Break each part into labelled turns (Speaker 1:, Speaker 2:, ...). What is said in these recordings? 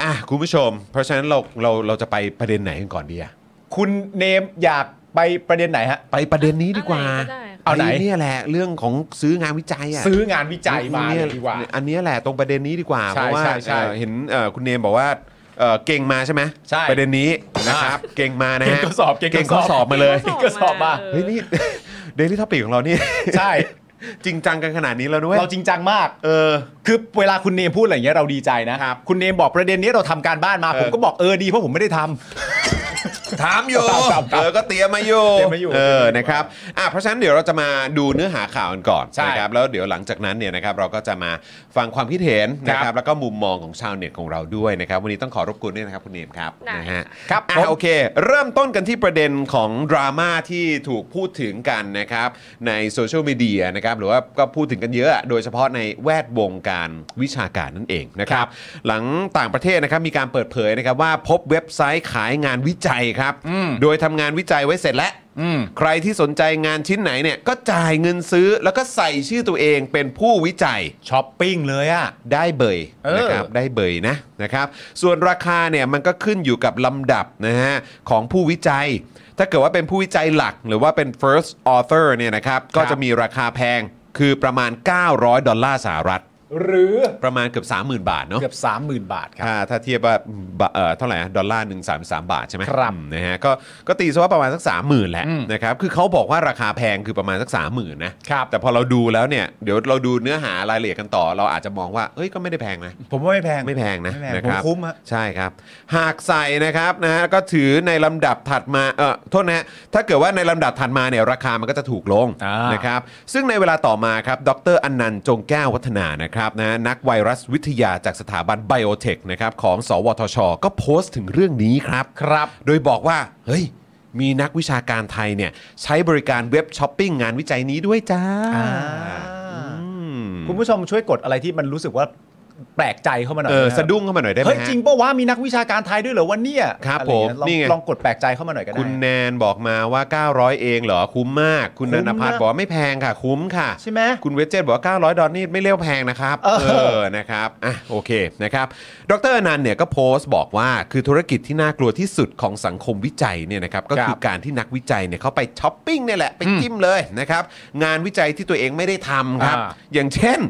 Speaker 1: อ่ะคุณผู้ชม เพราะฉะนั้นเราเราเราจะไปประเด็นไหนกันก่อนดีอะ
Speaker 2: คุณเนมอยากไปประเด็นไหนฮะ
Speaker 1: ไปประเด็นนี้ดีกว่า
Speaker 3: อะไรก็ได้ค่ะ
Speaker 2: เอาไหน
Speaker 1: ปเนี่ยแหละเรื่องของซื้องานวิจัยอะ
Speaker 2: ซื้องานวิจัยมาเล
Speaker 1: เนี่ย
Speaker 2: ดีกว่า
Speaker 1: อันเนี้ยแหละตรงประเด็นนี้ดีกว่า
Speaker 2: ใช่
Speaker 1: เพราะว่า
Speaker 2: ใช่ใช่
Speaker 1: เอ่อเห็นเอ่อคุณเนมบอกว่าเอ่อเก่งมาใช่ไหม
Speaker 2: ใช่
Speaker 1: ประเด็นนี้นะครับ เก่งมานะ
Speaker 2: เก่
Speaker 1: ฮะ
Speaker 2: งก็สอบเก่งก็
Speaker 1: เก่งก็
Speaker 2: สอบ
Speaker 1: สอบมาเลย
Speaker 2: เก่งก็สอบมา
Speaker 3: เ
Speaker 1: เฮ้ยนี่ เดลิทอปิกของเรานี่
Speaker 2: ใช่
Speaker 1: จริงจังกันขนาดนี้แล้วด้วย
Speaker 2: เราจริงจังมาก เออ คือเวลาคุณเนมพูดอะไรอย่างเงี้ยเราดีใจนะ คุณเนมบอกประเด็นนี้เราทำการบ้านมา ผมก็บอกเออดีเพราะผมไม่ได้ทำ
Speaker 1: ถามอยู่
Speaker 2: ถามถามถา
Speaker 1: เอ
Speaker 2: ม
Speaker 1: อก็เตรียมมาอยู่
Speaker 2: เตรียมมาอยู่
Speaker 1: เออนะครับอ่ะเพราะฉะนั้นเดี๋ยวเราจะมาดูเนื้อหาข่าวกันก่อน
Speaker 2: ใช่
Speaker 1: นะครับแล้วเดี๋ยวหลังจากนั้นเนี่ยนะครับเราก็จะมาฟังความคิดเห็นนะค
Speaker 2: ครั
Speaker 1: รับบ แล้วก็มุมมองของชาวเน็ตของเราด้วยนะครับวันนี้ต้องขอรบกวนด้วยนะครับคุณเนมครับ
Speaker 3: ได้
Speaker 1: นะฮะ
Speaker 2: ครับ
Speaker 1: อ่ะ
Speaker 2: ผม
Speaker 1: โอเค เริ่มต้นกันที่ประเด็นของดราม่าที่ถูกพูดถึงกันนะครับในโซเชียลมีเดียนะครับหรือว่าก็พูดถึงกันเยอะโดยเฉพาะในแวดวงการวิชาการนั่นเองนะครับ หลังต่างประเทศนะครับมีการเปิดเผยนะครับว่าพบเว็บไซต์ขายงานวิจัยครับ
Speaker 2: อืม
Speaker 1: โดยทำงานวิจัยไว้เสร็จแล้ว
Speaker 2: อืม
Speaker 1: ใครที่สนใจงานชิ้นไหนเนี่ยก็จ่ายเงินซื้อแล้วก็ใส่ชื่อตัวเองเป็นผู้วิจัย
Speaker 2: ช้อปปิ้งเลยอ่ะ
Speaker 1: ได้เบย
Speaker 2: เออ
Speaker 1: นะครับได้เบยนะนะครับ ส่วนราคาเนี่ยมันก็ขึ้นอยู่กับลำดับนะฮะของผู้วิจัย ถ้าเกิดว่าเป็นผู้วิจัยหลักหรือว่าเป็น first author เนี่ยนะครับ ก็จะมีราคาแพงคือประมาณ 900 ดอลลาร์สหรัฐ
Speaker 2: หรือ
Speaker 1: ประมาณเกือบ 30,000 บาทเนาะ
Speaker 2: เกือบ 30,000 บาทครับ
Speaker 1: ถ้าถ้าเทียบว่าบะเอ่อเท่าไหร่นะดอลลาร์หนึ่งสามสามบาทใช่ไหม
Speaker 2: ครับ
Speaker 1: อืมนะฮะก็ก็ตีซะว่าประมาณสักสามหมื่นแหละ
Speaker 2: อืม
Speaker 1: นะครับคือเขาบอกว่าราคาแพงคือประมาณสักสามหมื่นนะครับ แต่พอเราดูแล้วเนี่ยเดี๋ยวเราดูเนื้อหารายละเอียดกันต่อ เราอาจจะมองว่าเอ้ยก็ไม่ได้แพงนะ
Speaker 2: ผมว่าไม่แพง
Speaker 1: ไม่แพงนะ
Speaker 2: ไม่แพง
Speaker 1: นะครับ
Speaker 2: ผมคุ้มอะ
Speaker 1: ใช่ครับ หากใส่นะครับนะฮะก็ถือในลำดับถัดมาเออโทษนะฮะถ้าเกิดว่าในลำดับถัดมาเนี่ยราคามันก็จะถูกลง
Speaker 2: อ่าน
Speaker 1: นะครับ ซึ่งในเวลาต่อมาครับดรอนันต์จงแก้ววัฒนานะครับนะนักไวรัสวิทยาจากสถาบันไบโอเทคนะครับของ สวทช ก็โพสต์ถึงเรื่องนี้ครับ
Speaker 2: ครับ
Speaker 1: โดยบอกว่า เฮ้ย มีนักวิชาการไทยเนี่ยใช้บริการเว็บช้อปปิ้งงานวิจัยนี้ด้วยจ้า
Speaker 2: อ่า
Speaker 1: อืม
Speaker 2: คุณผู้ชมช่วยกดอะไรที่มันรู้สึกว่าแปลกใจเข้ามาหน่อย
Speaker 1: เออน
Speaker 2: ครับ
Speaker 1: สะดุ้งเข้ามาหน่อยได้ไหม
Speaker 2: เฮ้ย
Speaker 1: ฮะ
Speaker 2: จริงปะวะมีนักวิชาการไทยด้วยเหรอวะเนี่ย
Speaker 1: ครับ
Speaker 2: อะไอย่างเงี้
Speaker 1: ผ
Speaker 2: ย
Speaker 1: ม
Speaker 2: ลอง
Speaker 1: นี่ไง
Speaker 2: ลองกดแปลกใจเข้ามาหน่อยก็ได้
Speaker 1: คุณแนนบอกมาว่า 900 เองเหรอ คุ้มมาก คุณ
Speaker 2: คุ้
Speaker 1: นั
Speaker 2: ม
Speaker 1: นพัฒน์
Speaker 2: นะ
Speaker 1: บอกว่าไม่แพงค่ะ คุ้มค่ะ
Speaker 2: ใช่ไหม
Speaker 1: คุณเวจเจตบอกว่า 900 ดอลลาร์นี่ไม่เรียกแพงนะครับ
Speaker 2: เออ
Speaker 1: เออ นะครับ อ่ะ โอเค นะครับ ดรอนันต์เนี่ยก็โพสต์บอกว่า คือธุรกิจที่น่ากลัวที่สุดของสังคมวิจัยเนี่ยนะครับ ก็คือการที่นักวิจัยเนี่ยเขาไปช้อปปิ้งเนี่ยแหละ ไปจิ้มเลยนะครับ งานวิจัยที่ตัวเองไม่ได้ทำครับ
Speaker 2: อ่า
Speaker 1: อย่างเช่น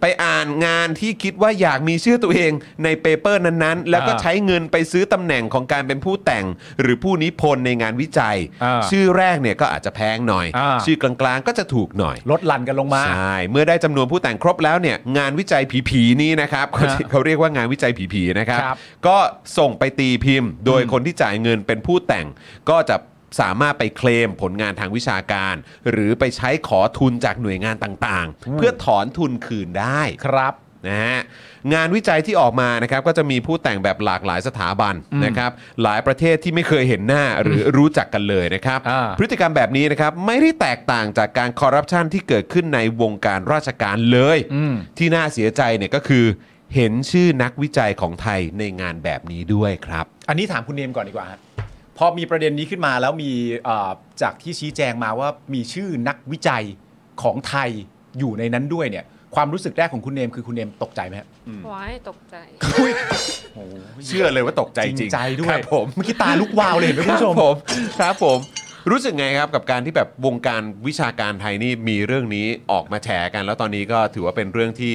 Speaker 1: ไปอ่านงานที่คิดว่าอยากมีชื่อตัวเองในเปเปอร์นั้นๆ แล้วก็
Speaker 2: อ่า
Speaker 1: ใช้เงินไปซื้อตำแหน่งของการเป็นผู้แต่ง หรือผู้นิพนธ์ในงานวิจัย
Speaker 2: อ่า
Speaker 1: ชื่อแรกเนี่ยก็อาจจะแพงหน่อย
Speaker 2: อ่า
Speaker 1: ชื่อกลางๆก็จะถูกหน่อย
Speaker 2: ลดหลั่นกันลงมา
Speaker 1: ใช่ เมื่อได้จำนวนผู้แต่งครบแล้วเนี่ยงานวิจัยผีๆนี้นะครับเขา
Speaker 2: ฮะ
Speaker 1: เขาเรียกว่างานวิจัยผีๆนะครับ
Speaker 2: ครับ
Speaker 1: ก็ส่งไปตีพิมพ์ โดยคนที่จ่ายเงินเป็นผู้แต่ง ก็จะสามารถไปเคลมผลงานทางวิชาการ หรือไปใช้ขอทุนจากหน่วยงานต่าง
Speaker 2: อื
Speaker 1: ๆ
Speaker 2: ม
Speaker 1: เพื่อถอนทุนคืนได้
Speaker 2: ครับ
Speaker 1: นะฮะงานวิจัยที่ออกมานะครับก็จะมีผู้แต่งแบบหลากหลายสถาบันนะครับหลายประเทศที่ไม่เคยเห็นหน้าหรือรู้จักกันเลยนะครับ
Speaker 2: อ่า
Speaker 1: พฤติกรรมแบบนี้นะครับไม่ได้แตกต่างจากการคอร์รัปชันที่เกิดขึ้นในวงการราชการเลย
Speaker 2: อืม
Speaker 1: ที่น่าเสียใจเนี่ยก็คือเห็นชื่อนักวิจัยของไทยในงานแบบนี้ด้วยครับ
Speaker 2: อันนี้ถามคุณเนมก่อนดีกว่าฮะพอมีประเด็นนี้ขึ้นมาแล้วมีเอ่อจากที่ชี้แจงมาว่ามีชื่อนักวิจัยของไทยอยู่ในนั้นด้วยเนี่ย ความรู้สึกแรกของคุณเนมคือคุณเนมตกใจไหมฮะ
Speaker 3: ว้ายตกใจ
Speaker 1: เชื่อเลยว่าตกใจ
Speaker 2: จ
Speaker 1: จริ
Speaker 2: ริ
Speaker 1: ง
Speaker 2: งใจด้ว
Speaker 1: ค
Speaker 2: ย
Speaker 1: รับผม
Speaker 2: เมื่อกี้ตาลุกวาวเลยเห็นไหมคุณผู้ชม
Speaker 1: ครับผมครับผมรู้สึกไงครับกับการที่แบบวงการวิชาการไทยนี่มีเรื่องนี้ออกมาแฉกัน แล้วตอนนี้ก็ถือว่าเป็นเรื่องที่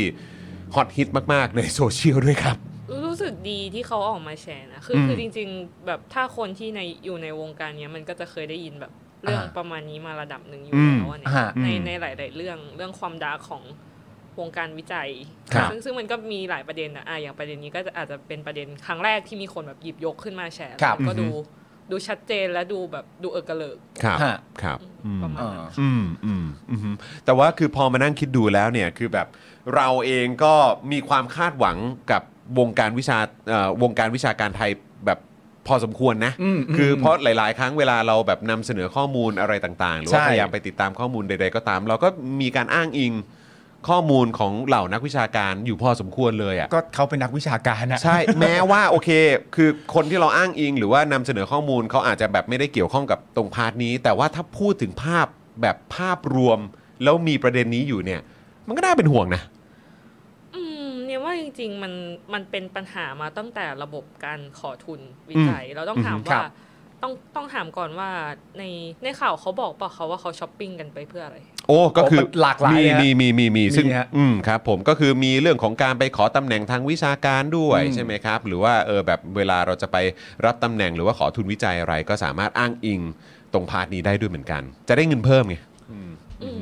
Speaker 1: ฮอตฮิตมากๆ ในโซเชียลด้วยครับ
Speaker 3: รู้สึกดีที่เขาออกมาแชร์นะ คือ
Speaker 1: อืม
Speaker 3: คือจริงๆ แบบถ้าคนที่ในอยู่ในวงการเนี้ยมันก็จะเคยได้ยินแบบเรื่อง
Speaker 2: อ่า
Speaker 3: ประมาณนี้มาระดับหนึ่งอยู่
Speaker 1: อืม
Speaker 3: แล้วอะเนี่ย
Speaker 2: อ่า
Speaker 3: ใน
Speaker 1: อืม
Speaker 3: ในหลาย ๆ เรื่องเรื่องความดาร์กของวงการวิจัย
Speaker 1: ครับ
Speaker 3: ซึ่งซึ่งมันก็มีหลายประเด็นนะอ่ะอย่างประเด็นนี้ก็จะอาจจะเป็นประเด็นครั้งแรกที่มีคนแบบหยิบยกขึ้นมาแชร์
Speaker 2: ครับ
Speaker 3: แล้วก็ดูดูชัดเจนและดูแบบดูเออกระเลิก
Speaker 1: ครับ
Speaker 2: ฮะ
Speaker 1: ครับอืม
Speaker 3: ประมาณ
Speaker 2: เอ
Speaker 3: นั้
Speaker 2: อน
Speaker 1: อืมอืมอืมแต่ว่าคือพอมานั่งคิดดูแล้วเนี่ยคือแบบเราเองก็มีความคาดหวังกับวงการวิชาเอ่อวงการวิชาการไทยแบบพอสมควรนะ
Speaker 2: อืมม
Speaker 1: คือเพราะหลาย ๆ ครั้งเวลาเราแบบนำเสนอข้อมูลอะไรต่างๆ หรือว่า
Speaker 2: ใช่
Speaker 1: พยายามไปติดตามข้อมูลใด ๆ ก็ตาม เราก็มีการอ้างอิงข้อมูลของเหล่านักวิชาการอยู่พอสมควรเลยอ่ะ
Speaker 2: ก็เขาเป็นนักวิชาการนะ
Speaker 1: ใช่ แม้ว่าโอเค คือคนที่เราอ้างอิง หรือว่านำเสนอข้อมูลเขาอาจจะแบบไม่ได้เกี่ยวข้องกับตรงพาร์ทนี้ แต่ว่าถ้าพูดถึงภาพแบบภาพรวม แล้วมีประเด็นนี้อยู่เนี่ย มันก็น่าเป็นห่วงนะ
Speaker 3: อืมเนี่ยว่า จริงๆมันมันเป็นปัญหามาตั้งแต่ระบบการขอทุนวิจัย เราต้องถาม
Speaker 2: ครั
Speaker 3: ว่า
Speaker 2: บ
Speaker 3: ต้องต้องถามก่อนว่าในในข่าวเขาบอกเปล่ะเขาว่าเขาช้อปปิ้งกันไปเพื่ออะไร
Speaker 1: โอ้ก็คือ
Speaker 2: โอ้มันหลากหลาย
Speaker 1: มี
Speaker 2: ฮะ
Speaker 1: มีมีมีมีซึ่ง
Speaker 2: มีฮะ
Speaker 1: อืมครับผมก็คือมีเรื่องของการไปขอตำแหน่งทางวิชาการด้วย
Speaker 2: อืม
Speaker 1: ใช่ไหมครับ หรือว่าเออแบบเวลาเราจะไปรับตำแหน่งหรือว่าขอทุนวิจัยอะไร ก็สามารถอ้างอิงตรงพาร์ทนี้ได้ด้วยเหมือนกัน จะได้เงินเพิ่มไง
Speaker 3: อืม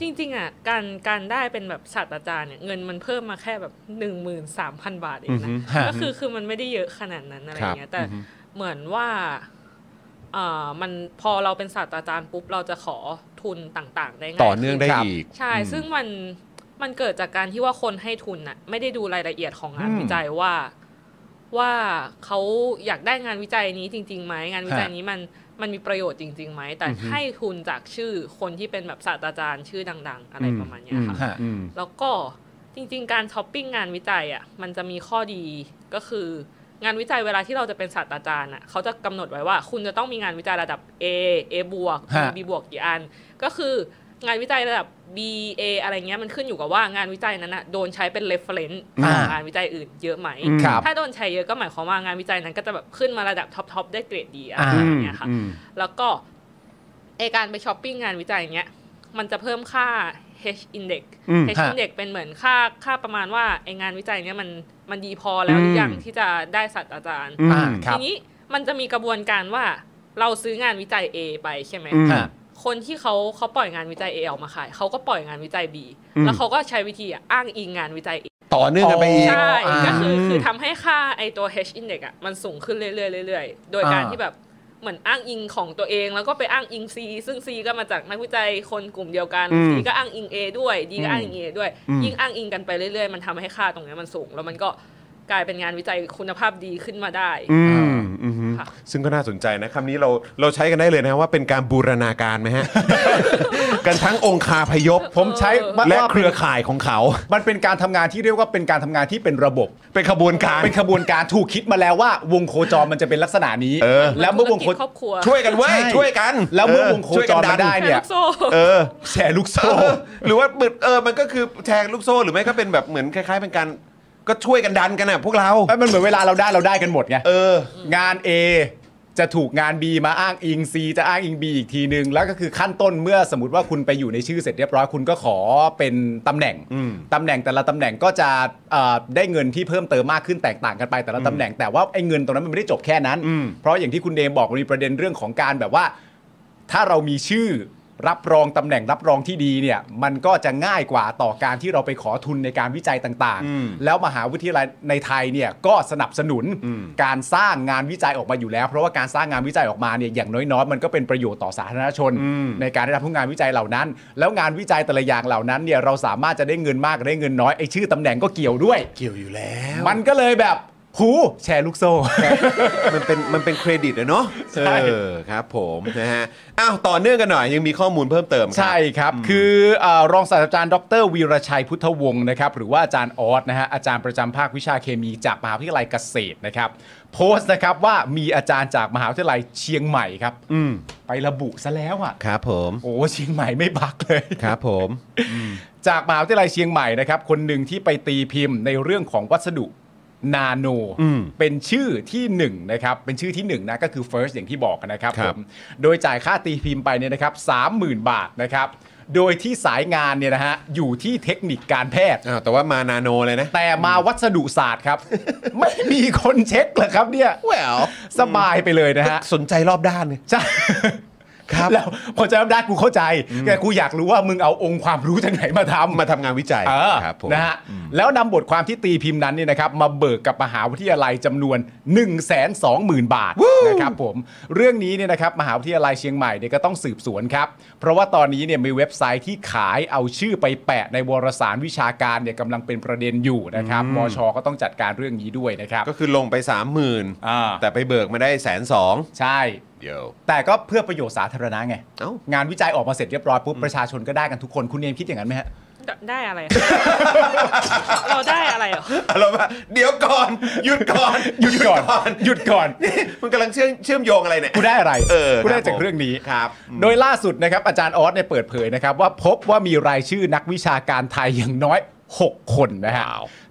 Speaker 3: จริงๆอ่ะการการได้เป็นแบบศาสตราจารย์เนี่ยเงินมันเพิ่มมาแค่แบบ1 3 0 0 0 บาทเองนะ
Speaker 1: อือฮึ
Speaker 3: ก็คือคือมันไม่ได้เยอะขนาดนั้นอะไร
Speaker 1: ครับ
Speaker 3: เงี้ยแต่เหมือนว่าเอ่อมันพอเราเป็นศาสตราจารย์ปุ๊บเราจะขอทุนต่างๆ ได้ง่าย
Speaker 1: ต่อเนื่องได้
Speaker 3: ขึ้
Speaker 2: ครับ
Speaker 1: อีก
Speaker 3: ใช่ ซึ่งมันมันเกิดจากการที่ว่าคนให้ทุนน่ะไม่ได้ดูรายละเอียดของงาน
Speaker 2: อืม
Speaker 3: วิจัยว่าว่าเขาอยากได้งานวิจัยนี้จริงๆไหมงานวิจัย
Speaker 2: ฮะ
Speaker 3: นี้มันมันมีประโยชน์จริงๆไหมแต่
Speaker 1: อือฮึ
Speaker 3: ให้ทุนจากชื่อคนที่เป็นแบบศาสตราจารย์ชื่อดัง ๆ อะไรประมาณเนี้ยค่ะ
Speaker 2: ฮะ
Speaker 1: อืม
Speaker 3: แล้วก็จริงๆ การช้อปปิ้งงานวิจัยอ่ะมันจะมีข้อดีก็คืองานวิจัยเวลาที่เราจะเป็นศาสตราจารย์อ่ะเขาจะกำหนดไว้ว่า คุณจะต้องมีงานวิจัยระดับ A A บวก B
Speaker 2: ฮะ
Speaker 3: B บวกกี่อัน ก็คืองานวิจัยระดับ B A อะไรเงี้ยมันขึ้นอยู่กับว่างานวิจัยนั้นอ่ะโดนใช้เป็น reference
Speaker 1: อ่า
Speaker 3: ของงานวิจัยอื่นเยอะไหม
Speaker 2: ครับ
Speaker 3: ถ้าโดนใช้เยอะก็หมายความว่างานวิจัยนั้นก็จะแบบขึ้นมาระดับท็อปๆได้เกรดดีอะไร
Speaker 2: อ่า
Speaker 3: อย่างเงี้ยค่ะ
Speaker 1: อืม
Speaker 3: แล้วก็ไอการไปช้อปปิ้งงานวิจัยเนี้ยมันจะเพิ่มค่า H index
Speaker 1: อืม
Speaker 3: H index เป็นเหมือนค่าค่าประมาณว่าไองานวิจัยเนี้ยมันมันดีพอแล้วหรือยัง
Speaker 1: อืม
Speaker 3: ที่จะได้ศาสัตว์อาจารย์
Speaker 1: อืม
Speaker 2: อ่าครับ
Speaker 3: ทีนี้มันจะมีกระบวนการว่าเราซื้องานวิจัย A ไปใช่ไหม
Speaker 1: อืม
Speaker 2: ฮะ
Speaker 3: คนที่เขาเขาปล่อยงานวิจัย A ออกมาขายเขาก็ปล่อยงานวิจัย B
Speaker 1: อืม
Speaker 3: แล้วเขาก็ใช้วิธีอ้างอิงงานวิจัย A
Speaker 1: ต่อเนื่องกันไปอีก
Speaker 3: ใช่
Speaker 2: อ่า
Speaker 3: ก็คือคือทำให้ค่าไอตัว H index อ่ะมันสูงขึ้นเรื่อยๆเรื่อยๆ โดยการ
Speaker 2: อ่า
Speaker 3: ที่แบบเหมือนอ้างอิงของตัวเอง แล้วก็ไปอ้างอิง C ซึ่ง C ก็มาจากนักวิจัยคนกลุ่มเดียวกัน
Speaker 1: อืม
Speaker 3: C ก็อ้างอิง A ด้วย D ก็อ้างอิง A ด้วย
Speaker 2: อืม
Speaker 3: ยิ่งอ้างอิงกันไปเรื่อยๆ มันทำให้ค่าตรงเนี้ยมันสูง แล้วมันก็กลายเป็นงานวิจัยคุณภาพดีขึ้นมาได้
Speaker 1: อื
Speaker 2: อ่
Speaker 1: มา อืมฮึ
Speaker 3: ค่ะ
Speaker 1: ซึ่งก็น่าสนใจนะคำนี้เราเราใช้กันได้เลยนะว่าเป็นการบูรณาการไหม ฮะ กันทั้งองคาพยพ
Speaker 2: ผมใช้ว่า
Speaker 1: และ
Speaker 2: ว่า
Speaker 1: เครือข่ายของเขา
Speaker 2: มันเป็นการทำงานที่เรียกว่าเป็นการทำงานที่เป็นระบบ
Speaker 1: เป็นขบวนการ
Speaker 2: เป็นขบวนการถูกคิดมาแล้วว่าวงโคจรมันจะเป็นลักษณะนี้
Speaker 1: เออ
Speaker 2: แล้วเมื่อวงโค
Speaker 3: ธุรกิจครอบครัว
Speaker 1: ช่วยกันเว้ย
Speaker 2: ใ
Speaker 1: ช่วยกัน
Speaker 2: แล้วเมื่อวงโค
Speaker 1: ช่วย
Speaker 2: จ
Speaker 1: กัน
Speaker 2: รมาได้
Speaker 3: แชร์
Speaker 2: เนี่
Speaker 3: ลู
Speaker 2: ย
Speaker 3: กโซ่
Speaker 1: เออ
Speaker 2: แชร์ลูกโซ่
Speaker 1: เออหรือว่าเหมือนเออมันก็คือแชร์ลูกโซ่หรือไม่ก็เป็นแบบเหมือนคล้าย ๆ เป็นการก็ช่วยกันดันกันอ่ะพวกเรา
Speaker 2: เอ้ยมันเหมือนเวลาเราได้เราได้กันหมดไง
Speaker 1: เออ
Speaker 2: งาน A จะถูกงาน B มาอ้างอิง C จะอ้างอิง B อีกทีนึง แล้วก็คือขั้นต้นเมื่อสมมติว่าคุณไปอยู่ในชื่อเสร็จเรียบร้อยคุณก็ขอเป็นตำแหน่ง
Speaker 1: อืม
Speaker 2: ตำแหน่งแต่ละตำแหน่งก็จะเอ่อได้เงินที่เพิ่มเติมมากขึ้นแตกต่างกันไปแต่ละตำแหน่งแต่ว่าไอ้เงินตรงนั้นมันไม่ได้จบแค่นั้น เพราะอย่างที่คุณเดมบอกมันมีประเด็นเรื่องของการแบบว่า ถ้าเรามีชื่อรับรองตำแหน่งรับรองที่ดีเนี่ย มันก็จะง่ายกว่าต่อการที่เราไปขอทุนในการวิจัยต่าง
Speaker 1: อืม
Speaker 2: ๆ แล้วมหาวิทยาลัยในไทยเนี่ยก็สนับสนุนการสร้างงานวิจัยออกมาอยู่แล้ว เพราะว่าการสร้างงานวิจัยออกมาเนี่ยอย่างน้อยๆ มันก็เป็นประโยชน์ต่อสาธารณชน ในการได้รับผู้งานวิจัยเหล่านั้น แล้วงานวิจัยแต่ละอย่างเหล่านั้นเนี่ยเราสามารถจะได้เงินมากได้เงินน้อยไอ้ชื่อตำแหน่งก็เกี่ยวด้วย
Speaker 1: เกี่ยวอยู่แล้ว
Speaker 2: มันก็เลยแบบหูแชร์ลูกโซ่
Speaker 1: มันเป็นมันเป็นเครดิตนะเนาะ
Speaker 2: ใช่
Speaker 1: เออครับผมนะฮะอ้าวต่อเนื่องกันหน่อยยังมีข้อมูลเพิ่มเติมครับ
Speaker 2: ใช่ครับ คือเอ่อรองศาสตราจารย์ดรวีรชัยพุทธวงศ์นะครับหรือว่าอาจารย์ออสนะฮะอาจารย์ประจำภาควิชาเคมีจากมหาวิทยาลัยเกษตรนะครับ โพสต์นะครับว่ามีอาจารย์จากมหาวิทยาลัยเชียงใหม่ครับไประบุซะแล้วอ่ะ
Speaker 1: ครับผม
Speaker 2: โอ้เชียงใหม่ไม่บักเลย
Speaker 1: ครับผม
Speaker 2: จากมหาวิทยาลัยเชียงใหม่นะครับ คนหนึ่งที่ไปตีพิมพ์ในเรื่องของวัสดุนาโน เป็นชื่อที่หนึ่งนะครับ เป็นชื่อที่หนึ่งนะก็คือ first อย่างที่บอกนะครับผมโดยจ่ายค่าตีพิมพ์ไปเนี่ยนะครับสามหมื่นบาทนะครับ โดยที่สายงานเนี่ยนะฮะอยู่ที่เทคนิคการแพทย์
Speaker 1: อ้าวแต่ว่ามานาโนเลยนะ
Speaker 2: แต่มาวัสดุศาสต ร์ครับ ไม่มีคนเช็คเหรอครับเนี่ย
Speaker 1: well
Speaker 2: สบายไปเลยนะฮะ
Speaker 1: สนใจรอบด้านเลย
Speaker 2: ใช่
Speaker 1: ครับ
Speaker 2: แล้วพอจะรับได้กูเข้าใจแต่กูอยากรู้ว่ามึงเอาองค์ความรู้จากไหนมาทำ
Speaker 1: มาทำงานวิจัย
Speaker 2: เออ
Speaker 1: ครับผม
Speaker 2: นะฮะแล้วนำบทความที่ตีพิมพ์นั้นเนี่ยนะครับมาเบิกกับมหาวิทยาลัยจำนวน 1 2 0 0 0 0 บาทนะครับผมเรื่องนี้เนี่ยนะครับมหาวิทยาลัยเชียงใหม่เนี่ยก็ต้องสืบสวนครับ เพราะว่าตอนนี้เนี่ยมีเว็บไซต์ที่ขายเอาชื่อไปแปะในวารสารวิชาการเนี่ยกำลังเป็นประเด็นอยู่นะครับมชก็ต้องจัดการเรื่องนี้ด้วยนะครับ
Speaker 1: ก็คือลงไป 3 0 0 0 0
Speaker 2: อ่า
Speaker 1: แต่ไปเบิกมาได้แสนสอง
Speaker 2: ใช่
Speaker 1: เดี๋ยว
Speaker 2: แต่ก็เพื่อประโยชน์สาธารณะไง
Speaker 1: เอ้า
Speaker 2: งานวิจัยออกมาเสร็จเรียบร้อยปุ๊บประชาชนก็ได้กันทุกคนคุณเนมคิดอย่างนั้นไหมฮะ
Speaker 3: ได้อะไรอะ เราได้อะไรเหรอ
Speaker 1: เราว่าเดี๋ยวก่อน หยุดก่อน
Speaker 2: หยุดก่อนหยุดก่อน
Speaker 1: มันกำลังเชื่อมเชื่อมโยงอะไรเนี่ย
Speaker 2: กูได้อะไร
Speaker 1: เออ
Speaker 2: กู
Speaker 1: ค
Speaker 2: ได้
Speaker 1: รับ
Speaker 2: จาก
Speaker 1: ผม
Speaker 2: เรื่องนี้
Speaker 1: ครับอืม
Speaker 2: โดยล่าสุดนะครับอาจารย์ออสเนี่ยเปิดเผยนะครับว่าพบว่ามีรายชื่อนักวิชาการไทยอย่างน้อย 6 คนนะฮะ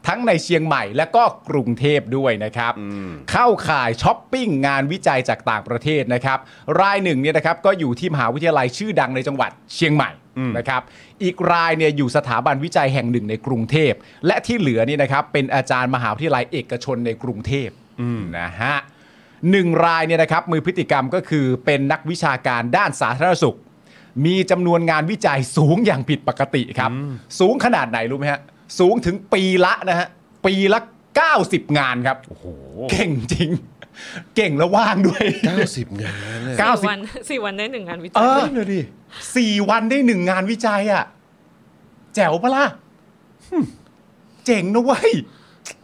Speaker 2: ทั้งในเชียงใหม่และก็กรุงเทพด้วยนะครับ
Speaker 1: อืม
Speaker 2: เข้าข่ายช้อปปิ้งงานวิจัยจากต่างประเทศนะครับ รายหนึ่งเนี่ยนะครับก็อยู่ที่มหาวิทยาลัยชื่อดังในจังหวัดเชียงใหม่
Speaker 1: อืม
Speaker 2: นะครับ อีกรายเนี่ยอยู่สถาบันวิจัยแห่งหนึ่งในกรุงเทพ และที่เหลือนี่นะครับเป็นอาจารย์มหาวิทยาลัยเอกชนในกรุงเทพนะฮะหนึ่งรายเนี่ยนะครับมือพฤติกรรมก็คือเป็นนักวิชาการด้านสาธารณสุข มีจำนวนงานวิจัยสูงอย่างผิดปกติครับ สูงขนาดไหนรู้ไหมฮะสูงถึงปีละนะฮะปีละ 90 งานครับ
Speaker 1: โอ้โห
Speaker 2: เก่งจริง เก่งแล้วว่างด้วย
Speaker 1: 90 งานเลย
Speaker 2: เก้าสิบ
Speaker 3: วันสี่วันได้หนึ่งงานวิ
Speaker 2: เอ
Speaker 3: จัย
Speaker 2: อสี่วันได้หนึ่งงานวิจัยอ่ะ แจ๋วปะล่ะเจ๋งนะเว้ย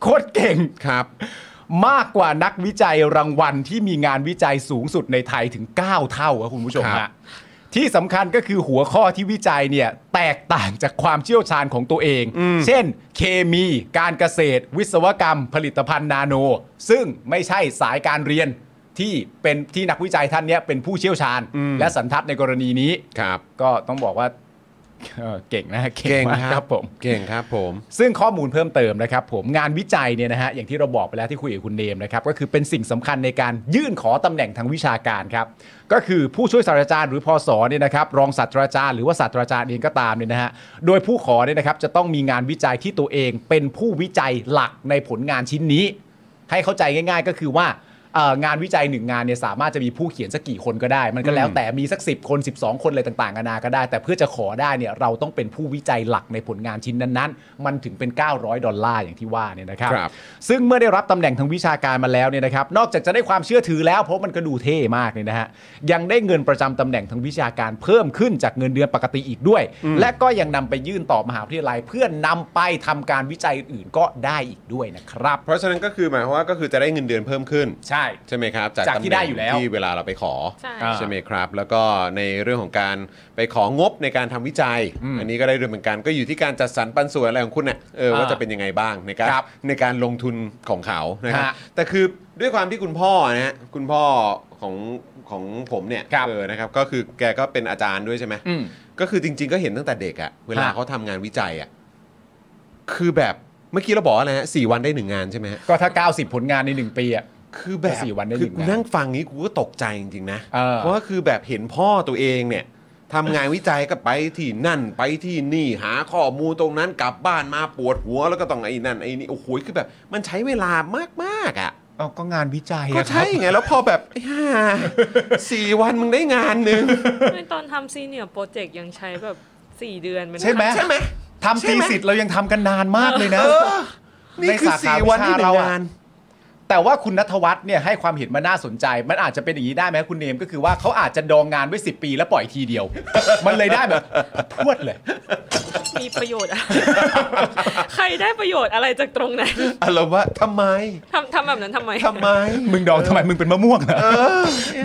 Speaker 2: โคตรเก่ง
Speaker 1: ครับ
Speaker 2: มากกว่านักวิจัยรางวัลที่มีงานวิจัยสูงสุดในไทยถึง 9 เท่าครับคุณผู้ชม
Speaker 1: ครั
Speaker 2: ฮะ
Speaker 1: บ
Speaker 2: ที่สำคัญก็คือหัวข้อที่วิจัยเนี่ย แตกต่างจากความเชี่ยวชาญของตัวเอง เช่น เคมี การเกษตร วิศวกรรม ผลิตภัณฑ์นาโน ซึ่งไม่ใช่สายการเรียนที่เป็นที่นักวิจัยท่านเนี้ยเป็นผู้เชี่ยวชาญ และสันทัดในกรณีนี้
Speaker 1: ครับ
Speaker 2: ก็ต้องบอกว่า เอ่อเก่งนะฮะ
Speaker 1: เก่ง
Speaker 2: มาก
Speaker 1: ค
Speaker 2: ค
Speaker 1: รั
Speaker 2: รั
Speaker 1: บบ
Speaker 2: ผม
Speaker 1: เก่งครับผม
Speaker 2: ซึ่งข้อมูลเพิ่มเติมนะครับผมงานวิจัยเนี่ยนะฮะอย่างที่เราบอกไปแล้วที่คุยกับคุณเนมนะครับก็คือเป็นสิ่งสำคัญในการยื่นขอตำแหน่งทางวิชาการครับก็คือผู้ช่วยศาสตราจารย์หรือพศเนี่ยนะครับรองศาสตราจารย์หรือว่าศาสตราจารย์เองก็ตามเนี่ยนะฮะโดยผู้ขอเนี่ยนะครับจะต้องมีงานวิจัยที่ตัวเองเป็นผู้วิจัยหลักในผลงานชิ้นนี้ ให้เข้าใจง่าย ๆ ก็คือว่าเอ่องานวิจัยหนึ่งงานเนี่ยสามารถจะมีผู้เขียนสักกี่คนก็ได้ มันก็แล้วแต่มีสัก 10 คน 12 คนอะไรต่างๆนานาก็ได้ แต่เพื่อจะขอได้เนี่ยเราต้องเป็นผู้วิจัยหลักในผลงานชิ้นนั้นๆ มันถึงเป็น 900 ดอลลาร์อย่างที่ว่าเนี่ยนะครับ
Speaker 1: ครับ
Speaker 2: ซึ่งเมื่อได้รับตำแหน่งทางวิชาการมาแล้วเนี่ยนะครับนอกจากจะได้ความเชื่อถือแล้วเพราะมันก็ดูเท่มากเนี่ยนะฮะยังได้เงินประจำตำแหน่งทางวิชาการเพิ่มขึ้นจากเงินเดือนปกติอีกด้วย และก็ยังนำไปยื่นต่อมหาวิทยาลัย เพื่อนำไปทำการวิจัยอื่นๆก็ได้อีกด้วยนะครับ
Speaker 1: เพราะฉะนั้นก็คือหมายความว่าก็คือจะได้เงินเดือนเพิ่มขึ้น
Speaker 2: ใช่
Speaker 1: ใช่ไหมครับ
Speaker 2: จากที่
Speaker 1: ตำแหน่ง
Speaker 2: ได้อยู่แล้ว
Speaker 1: ที่เวลาเราไปขอ
Speaker 3: ใช่
Speaker 2: อ่า
Speaker 1: ใช่ไหมครับ แล้วก็ในเรื่องของการไปของบในการทำวิจัย
Speaker 2: อืม
Speaker 1: อันนี้ก็ได้ด้วยเหมือนกันก็อยู่ที่การจัดสรรปันส่วนอะไรของคุณเนี่ยเออว่า
Speaker 2: อ่า
Speaker 1: จะเป็นยังไงบ้างในการ
Speaker 2: ครับ
Speaker 1: ในการลงทุนของเขานะครับ
Speaker 2: ฮะ
Speaker 1: แต่คือด้วยความที่คุณพ่อนะฮะคุณพ่อของของผมเนี่ย
Speaker 2: ครับ
Speaker 1: เออนะครับก็คือแกก็เป็นอาจารย์ด้วยใช่ไหม
Speaker 2: อืม
Speaker 1: ก็คือจริง ๆ ก็เห็นตั้งแต่เด็กอะเวลา
Speaker 2: ฮะ
Speaker 1: เขาทำงานวิจัยอะคือแบบเมื่อกี้เราบอกว่าอะไรฮะสี่วันได้หนึ่งงานใช่ไหมฮะ
Speaker 2: ก็ถ้า 90 ผลงานใน 1 ปีอ่ะ
Speaker 1: คือแบบ
Speaker 2: สี่วันได้
Speaker 1: คือ
Speaker 2: หนึ่ง
Speaker 1: กู
Speaker 2: งาน
Speaker 1: นั่งฟังนี้กูก็ตกใจจริงๆนะ
Speaker 2: เออ
Speaker 1: เพราะว่าคือแบบเห็นพ่อตัวเองเนี่ยทำงานวิจัยก็ไปที่นั่นไปที่นี่หาข้อมูลตรงนั้นกลับบ้านมาปวดหัวแล้วก็ต้องไอ้นั่นไอ้นี่โอ้โหคือแบบมันใช้เวลามากๆอ่ะ
Speaker 2: เอาก็งานวิจัย
Speaker 1: ก็
Speaker 2: อะครับ
Speaker 1: ใช่ไงแล้วพอแบบ ไอ้ห่าสี่วันมึงได้งานหนึ่ง
Speaker 3: ไม่ตอนทำซีเนียร์โปรเจกต์ยังใช้แบบสี่เดือนเป็น
Speaker 2: ใช่ไหม
Speaker 1: ใช่ไหม
Speaker 2: ทำตี
Speaker 1: ใช่ไหม
Speaker 2: สิทธิ์เรายังทำกันนานมากเลยนะ
Speaker 1: เออนี่คือสี่วันที่หนึ่งงาน
Speaker 2: แต่ว่าคุณนัทวัฒน์เนี่ยให้ความเห็นมาน่าสนใจ มันอาจจะเป็นอย่างนี้ได้ไหมคุณเนมก็คือว่าเขาอาจจะดองงานไว้ 10 ปีแล้วปล่อยทีเดียว มันเลยได้แบบพรวดเลย
Speaker 3: มีประโยชน์อะไร ใครได้ประโยชน์อะไรจากตรงนั้น
Speaker 1: อารมณ์ว่าทำไม
Speaker 3: ทำทำแบบนั้นทำไม
Speaker 1: ทำไม
Speaker 2: มึงดองทำไมมึงเป็นมะม่วงเหรอ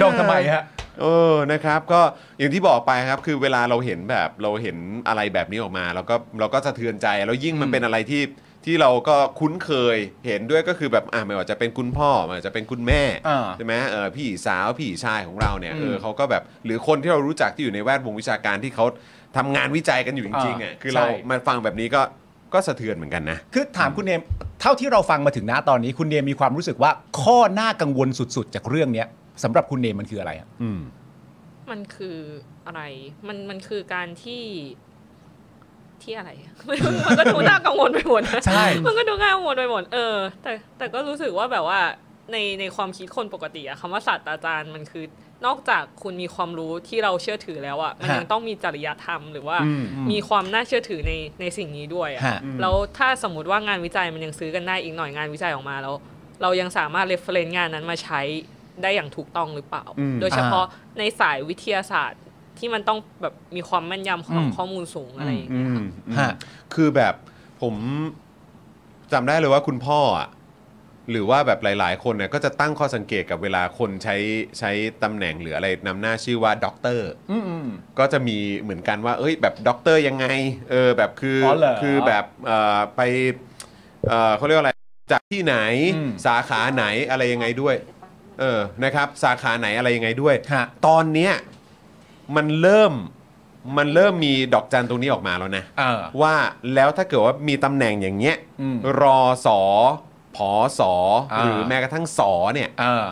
Speaker 2: ดองทำไมฮะ
Speaker 1: เออ นะครับ ก็อย่างที่บอกไปครับ คือเวลาเราเห็นแบบเราเห็นอะไรแบบนี้ออกมาเราก็เราก็สะเทือนใจ แล้วยิ่งมันเป็นอะไรที่ที่เราก็คุ้นเคยเห็นด้วยก็คือแบบอ่าไม่ว่าจะเป็นคุณพ่อไม่ว่าจะเป็นคุณแม่
Speaker 2: อ่า
Speaker 1: ใช่ไหมเออพี่สาวพี่ชายของเราเนี่ย
Speaker 2: อืม
Speaker 1: เออเขาก็แบบหรือคนที่เรารู้จักที่อยู่ในแวดวงวิชาการที่เขาทำงานวิจัยกันอยู่จริงๆอ่ะ
Speaker 2: อ่า
Speaker 1: คือเรา
Speaker 2: ใช่
Speaker 1: มันฟังแบบนี้ก็ก็สะเทือนเหมือนกันนะ
Speaker 2: คือถามคุณเนมเท่าที่เราฟังมาถึงณตอนนี้คุณเนมมีความรู้สึกว่าข้อหน้ากังวลสุดๆ จากเรื่องเนี้ยสำหรับคุณเนมมันคืออะไรฮะ
Speaker 1: อืม
Speaker 3: มันคืออะไร มันมันคือการที่ที่อะไร มันก็ดูน่ากังวลไปหมดนะ
Speaker 2: ใช่
Speaker 3: มันก็ดูน่ากังวลไปหมด เออ แต่แต่ก็รู้สึกว่าแบบว่าในในความคิดคนปกติอะคำว่าศาสตราจารย์มันคือนอกจากคุณมีความรู้ที่เราเชื่อถือแล้วอะมันยังต้องมีจริยธรรมหรือว่า
Speaker 1: อืม
Speaker 3: มีความน่าเชื่อถือในในสิ่งนี้ด้วยอะ
Speaker 2: ฮะ
Speaker 3: แล้วถ้าสมมติว่างานวิจัยมันยังซื้อกันได้อีกหน่อยงานวิจัยออกมาแล้ว เรายังสามารถเรฟเฟรนงานนั้นมาใช้ได้อย่างถูกต้องหรือเปล่า
Speaker 1: อืม
Speaker 3: โดยเฉพาะในสายวิทยาศาสตร์ที่มันต้องแบบมีความแม่นยำของ
Speaker 2: อืม
Speaker 3: ข้อมูลสูงอะไรอย่าง
Speaker 1: อื
Speaker 3: เงี้ย
Speaker 1: มอืม
Speaker 2: ฮะ
Speaker 1: คือแบบผมจำได้เลยว่าคุณพ่ออะหรือว่าแบบหลาย ๆ คนเนี่ยก็จะตั้งข้อสังเกตกับเวลาคนใช้ใช้ตำแหน่งหรืออะไรนำหน้าชื่อว่าด็อกเตอร์
Speaker 2: อืมอืม
Speaker 1: ก็จะมีเหมือนกันว่า เอ้ย แบบด็อกเตอร์ยังไง เออ แบบคือ
Speaker 2: อเหรอ
Speaker 1: คือแบบเอ่อไปเอ่อเขาเรียกว่าอะไร จากที่ไหน
Speaker 2: อืม
Speaker 1: สาขาไหนอะไรยังไงด้วย เออ นะครับ สาขาไหนอะไรยังไงด้วย
Speaker 2: ฮะ
Speaker 1: ตอนเนี้ยมันเริ่ม มันเริ่มมีดอกจันตรงนี้ออกมาแล้วนะ
Speaker 2: เออ
Speaker 1: ว่าแล้วถ้าเกิดว่ามีตำแหน่งอย่างเงี้ย
Speaker 2: อืม
Speaker 1: รอสอผอสอ
Speaker 2: อ่า
Speaker 1: หรือแม้กระทั่งสอเนี่ย
Speaker 2: เออ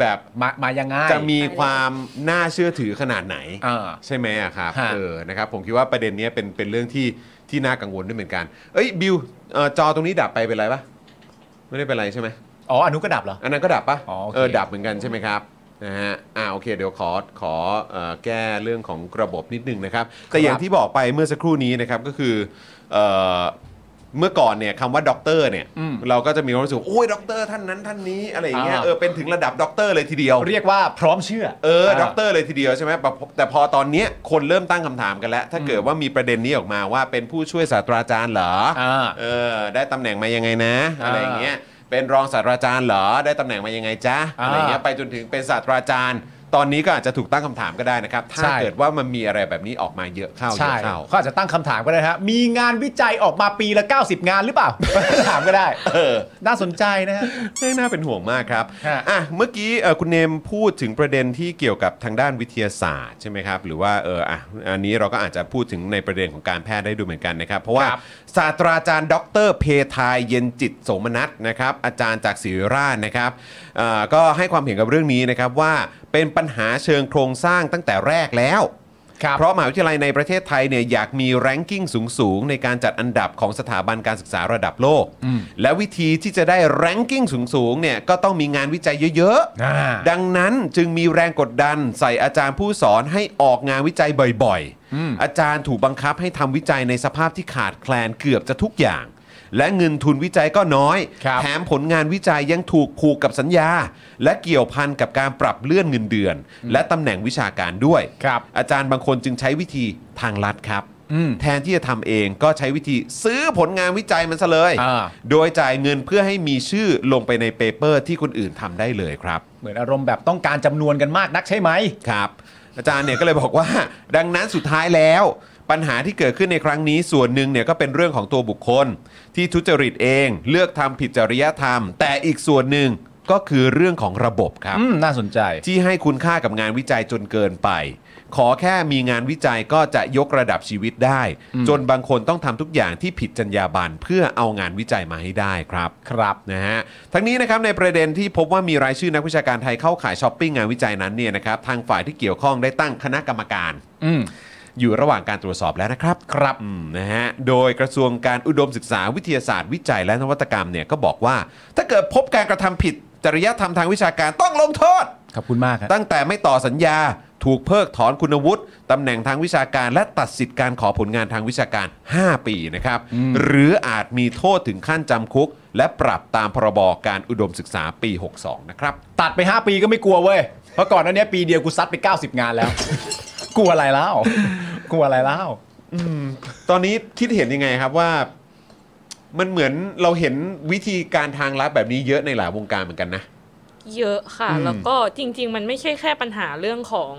Speaker 1: แบบ
Speaker 2: มามายังไง
Speaker 1: จะมีความน่าเชื่อถือขนาดไหน
Speaker 2: เออ
Speaker 1: ใช่ไหมอะครับ
Speaker 2: ฮะ
Speaker 1: เออนะครับผมคิดว่าประเด็นเนี้ยเป็นเป็นเรื่องที่ที่น่ากังวลด้วยเหมือนกันเอ้ยบิวเอ่อจอตรงนี้ดับไปเป็นไรปะไม่ได้เป็นไรใช่ไหม
Speaker 2: อ๋ออนุกระดับเหรอ
Speaker 1: อันนั้นก็ดับปะ
Speaker 2: อ๋อโอเค
Speaker 1: เออดับเหมือนกันใช่ไหมครับนะฮะอ่าโอเค เดี๋ยวขอขอเอ่อแก้เรื่องของระบบนิดนึงนะครับ แต่อย่างที่บอกไปเมื่อสักครู่นี้นะครับก็คือเอ่อเมื่อก่อนเนี่ยคำว่าด็อกเตอร์เนี่ยเราก็จะมีความรู้สึกว่าโอ้ยด็อกเตอร์ท่านนั้นท่านนี้อะไรอย่างเงี้ยเออเป็นถึงระดับด็อกเตอร์เลยทีเดียว
Speaker 2: เรียกว่าพร้อมเชื่อ
Speaker 1: เออด็อกเตอร์เลยทีเดียวใช่ไหมแบบแต่พอตอนเนี้ยคนเริ่มตั้งคำถามกันแล้ว ถ้าเกิดว่ามีประเด็นนี้ออกมาว่าเป็นผู้ช่วยศาสตราจารย์เหรอ
Speaker 2: อ่า
Speaker 1: เออ ได้ตำแหน่งมายังไงนะ
Speaker 2: อ่า
Speaker 1: อะไรอย่างเงี้ยเป็นรองศาสตราจารย์เหรอได้ตำแหน่งมายังไงจ๊ะ
Speaker 2: อ่า
Speaker 1: อะไรเงี้ยไปจนถึงเป็นศาสตราจารย์ ตอนนี้ก็อาจจะถูกตั้งคำถามก็ได้นะครับ ถ้า
Speaker 2: ใช่
Speaker 1: เกิดว่ามันมีอะไรแบบนี้ออกมาเยอะเข้าเย
Speaker 2: ใช่
Speaker 1: อะเข้า
Speaker 2: เขาอาจจะตั้งคำถามก็ได้ฮะมีงานวิจัยออกมาปีละ 90 งานหรือเปล่า ถามก็ได้
Speaker 1: เออ
Speaker 2: น่าสนใจนะฮะ
Speaker 1: เรื่องน่าเป็นห่วงมากครับ
Speaker 2: ฮะ
Speaker 1: อ่ะ เมื่อกี้เอ่อคุณเนมพูดถึงประเด็นที่เกี่ยวกับทางด้านวิทยาศาสตร์ใช่ไหมครับ หรือว่าเอออ่ะ อันนี้เราก็อาจจะพูดถึงในประเด็นของการแพทย์ได้ด้วยเหมือนกันนะครับ เพราะว่า
Speaker 2: ครับ
Speaker 1: ศาสตราจารย์ ดร เพทายเย็นจิตโสมนัสนะครับ อาจารย์จากศิริราชนะครับเอ่อก็ให้ความเห็นกับเรื่องนี้นะครับว่าเป็นปัญหาเชิงโครงสร้างตั้งแต่แรกแล้ว
Speaker 2: ครับ
Speaker 1: เพราะมหาวิทยาลัยในประเทศไทยเนี่ยอยากมีแรงกิ้งสูง ๆ ในการจัดอันดับของสถาบันการศึกษาระดับโลก และวิธีที่จะได้แรงกิ้งสูง ๆ เนี่ยก็ต้องมีงานวิจัยเยอะ
Speaker 2: อ่า
Speaker 1: ๆ ดังนั้นจึงมีแรงกดดันใส่อาจารย์ผู้สอนให้ออกงานวิจัยบ่อยๆ อาจารย์ถูกบังคับให้ทำวิจัยในสภาพที่ขาดแคลนเกือบจะทุกอย่าง และเงินทุนวิจัยก็น้อย
Speaker 2: ครับ
Speaker 1: แถม แถมผลงานวิจัยยังถูกผูกกับสัญญา และเกี่ยวพันกับการปรับเลื่อนเงินเดือน และตำแหน่งวิชาการด้วย
Speaker 2: ครับ
Speaker 1: อาจารย์บางคนจึงใช้วิธีทางลัดครับ
Speaker 2: อืม
Speaker 1: แทนที่จะทำเองก็ใช้วิธีซื้อผลงานวิจัยมันซะเลย
Speaker 2: อ่า
Speaker 1: โดยจ่ายเงินเพื่อให้มีชื่อลงไปในเปเปอร์ที่คนอื่นทำได้เลยครับ
Speaker 2: เหมือนอารมณ์แบบต้องการจำนวนกันมากนักใช่ไหม
Speaker 1: ครับอาจารย์เนี่ยก็เลยบอกว่า ดังนั้นสุดท้ายแล้ว ปัญหาที่เกิดขึ้นในครั้งนี้ส่วนหนึ่งเนี่ยก็เป็นเรื่องของตัวบุคคล ที่ทุจริตเองเลือกทำผิดจริยธรรม แต่อีกส่วนหนึ่งก็คือเรื่องของระบบครับ
Speaker 2: อืม น่าสนใจ
Speaker 1: ที่ให้คุณค่ากับงานวิจัยจนเกินไป ขอแค่มีงานวิจัยก็จะยกระดับชีวิตได้ จนบางคนต้องทำทุกอย่างที่ผิดจรรยาบรรณเพื่อเอางานวิจัยมาให้ได้ครับ
Speaker 2: ครับ
Speaker 1: นะฮะทั้งนี้นะครับในประเด็นที่พบว่ามีรายชื่อนักวิชาการไทยเข้าขายช้อปปิ้งงานวิจัยนั้นเนี่ยนะครับทางฝ่ายที่เกี่ยวข้องได้ตั้งคณะกรรมการ
Speaker 2: อืม
Speaker 1: อยู่ระหว่างการตรวจสอบแล้วนะครับ
Speaker 2: ครับ
Speaker 1: อืมนะฮะโดยกระทรวงการอุดมศึกษาวิทยาศาสตร์วิจัยและนวัตกรรมเนี่ยก็บอกว่า ถ้าเกิดพบการกระทำผิดจริยธรรมทางวิชาการต้องลงโทษ
Speaker 2: ขอบคุณมากครับ
Speaker 1: ตั้งแต่ไม่ต่อสัญญาถูกเพิกถอนคุณวุฒิตำแหน่งทางวิชาการ และตัดสิทธิ์การขอผลงานทางวิชาการ 5 ปีนะครับ หรืออาจมีโทษถึงขั้นจำคุก และปรับตามพรบการอุดมศึกษาปี 62 นะครับ
Speaker 2: ตัดไป 5 ปีก็ไม่กลัวเว้ย เพราะก่อนหนั้นเนี้ยปีเดียวกูซัดไป 90 งานแล้ว กลัวอะไรแล้ว กลัวอะไรแล้ว
Speaker 1: ตอนนี้คิดเห็นยังไงครับว่า มันเหมือนเราเห็นวิธีการทางลับแบบนี้เยอะในหลายวงการเหมือนกันนะ
Speaker 3: เยอะค่ะ แล้วก็จริง ๆ มันไม่ใช่แค่ปัญหาเรื่องของ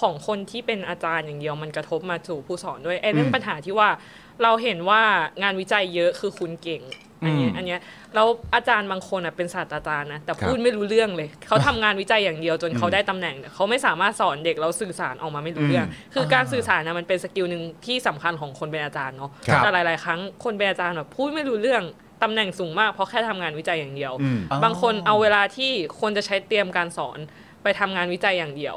Speaker 3: ของคนที่เป็นอาจารย์อย่างเดียวมันกระทบมาสู่ผู้สอนด้วยไอ้เรื่องปัญหาที่ว่าเราเห็นว่างานวิจัยเยอะคือคุณเก่งอันเนี้ย
Speaker 2: อืม
Speaker 3: อันเนี้ยแล้วอาจารย์บางคนอ่ะเป็นศาสตราจารย์นะแต่
Speaker 1: ครับ
Speaker 3: พูดไม่รู้เรื่องเลย เขาทำงานวิจัยอย่างเดียวจนเขาได้ตำแหน่งแต่เขาไม่สามารถสอนเด็กแล้วสื่อสารออกมาไม่รู้เรื่อง คือการสื่อสารนะมันเป็นสกิลหนึ่งที่สำคัญของคนเป็นอาจารย์เนาะ
Speaker 2: ครับ
Speaker 3: แต่หลาย ๆ ครั้งคนเป็นอาจารย์แบบพูดไม่รู้เรื่องตำแหน่งสูงมากเพราะแค่ทำงานวิจัยอย่างเดียว บางคนเอาเวลาที่ควรจะใช้เตรียมการสอนไปทำงานวิจัยอย่างเดียว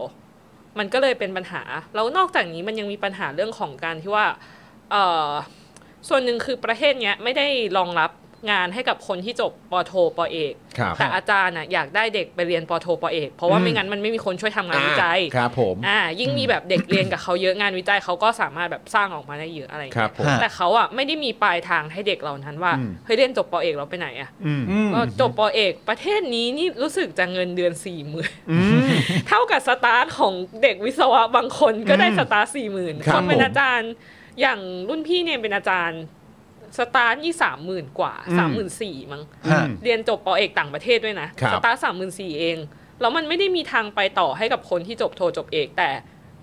Speaker 3: มันก็เลยเป็นปัญหา แล้วนอกจากนี้มันยังมีปัญหาเรื่องของการที่ว่าเอ่อส่วนหนึ่งคือประเทศเนี้ยไม่ได้รองรับงานให้กับคนที่จบปอโทปอเอก
Speaker 1: ครับ
Speaker 3: แต่อาจารย์น่ะอยากได้เด็กไปเรียนปอโทปอเอก เพราะว่าไม่งั้นมันไม่มีคนช่วยทำงานวิจัย
Speaker 1: ครับผม
Speaker 3: อ่ายิ่งมีแบบเด็กเรียนกับเขาเยอะงานวิจัยเขาก็สามารถแบบสร้างออกมาได้เยอะอะไรอย่าง
Speaker 1: ครั
Speaker 3: เงี้
Speaker 1: บ
Speaker 3: ย
Speaker 1: ผม
Speaker 2: ฮะ
Speaker 3: แต่เขาอ่ะไม่ได้มีปลายทางให้เด็กเหล่านั้นว่า
Speaker 1: อืม
Speaker 3: เฮ้ยเรียนจบปอเอกเราไปไหนอ่ะ
Speaker 1: อืม
Speaker 2: อืม
Speaker 3: ก็จบปอเอก ประเทศนี้นี่รู้สึกจะเงินเดือนสี่หมื่น
Speaker 1: อืม
Speaker 3: เท่ากับสตาร์ทของเด็กวิศวะบางคนก็ได้สตาร์สี่หมื่น
Speaker 1: ครับ
Speaker 3: คนเป็
Speaker 1: ผม
Speaker 3: นอาจารย์อย่างรุ่นพี่เนี่ยเป็นอาจารย์สตาร์ทนี่สามหมื่นกว่า
Speaker 1: อืม
Speaker 3: สามหมื่นสี่มั้ง
Speaker 2: ฮะ
Speaker 3: เรียนจบปอเอกต่างประเทศด้วยนะครับ สตาร์สามหมื่นสี่เองแล้วมันไม่ได้มีทางไปต่อให้กับคนที่จบโทจบเอก แต่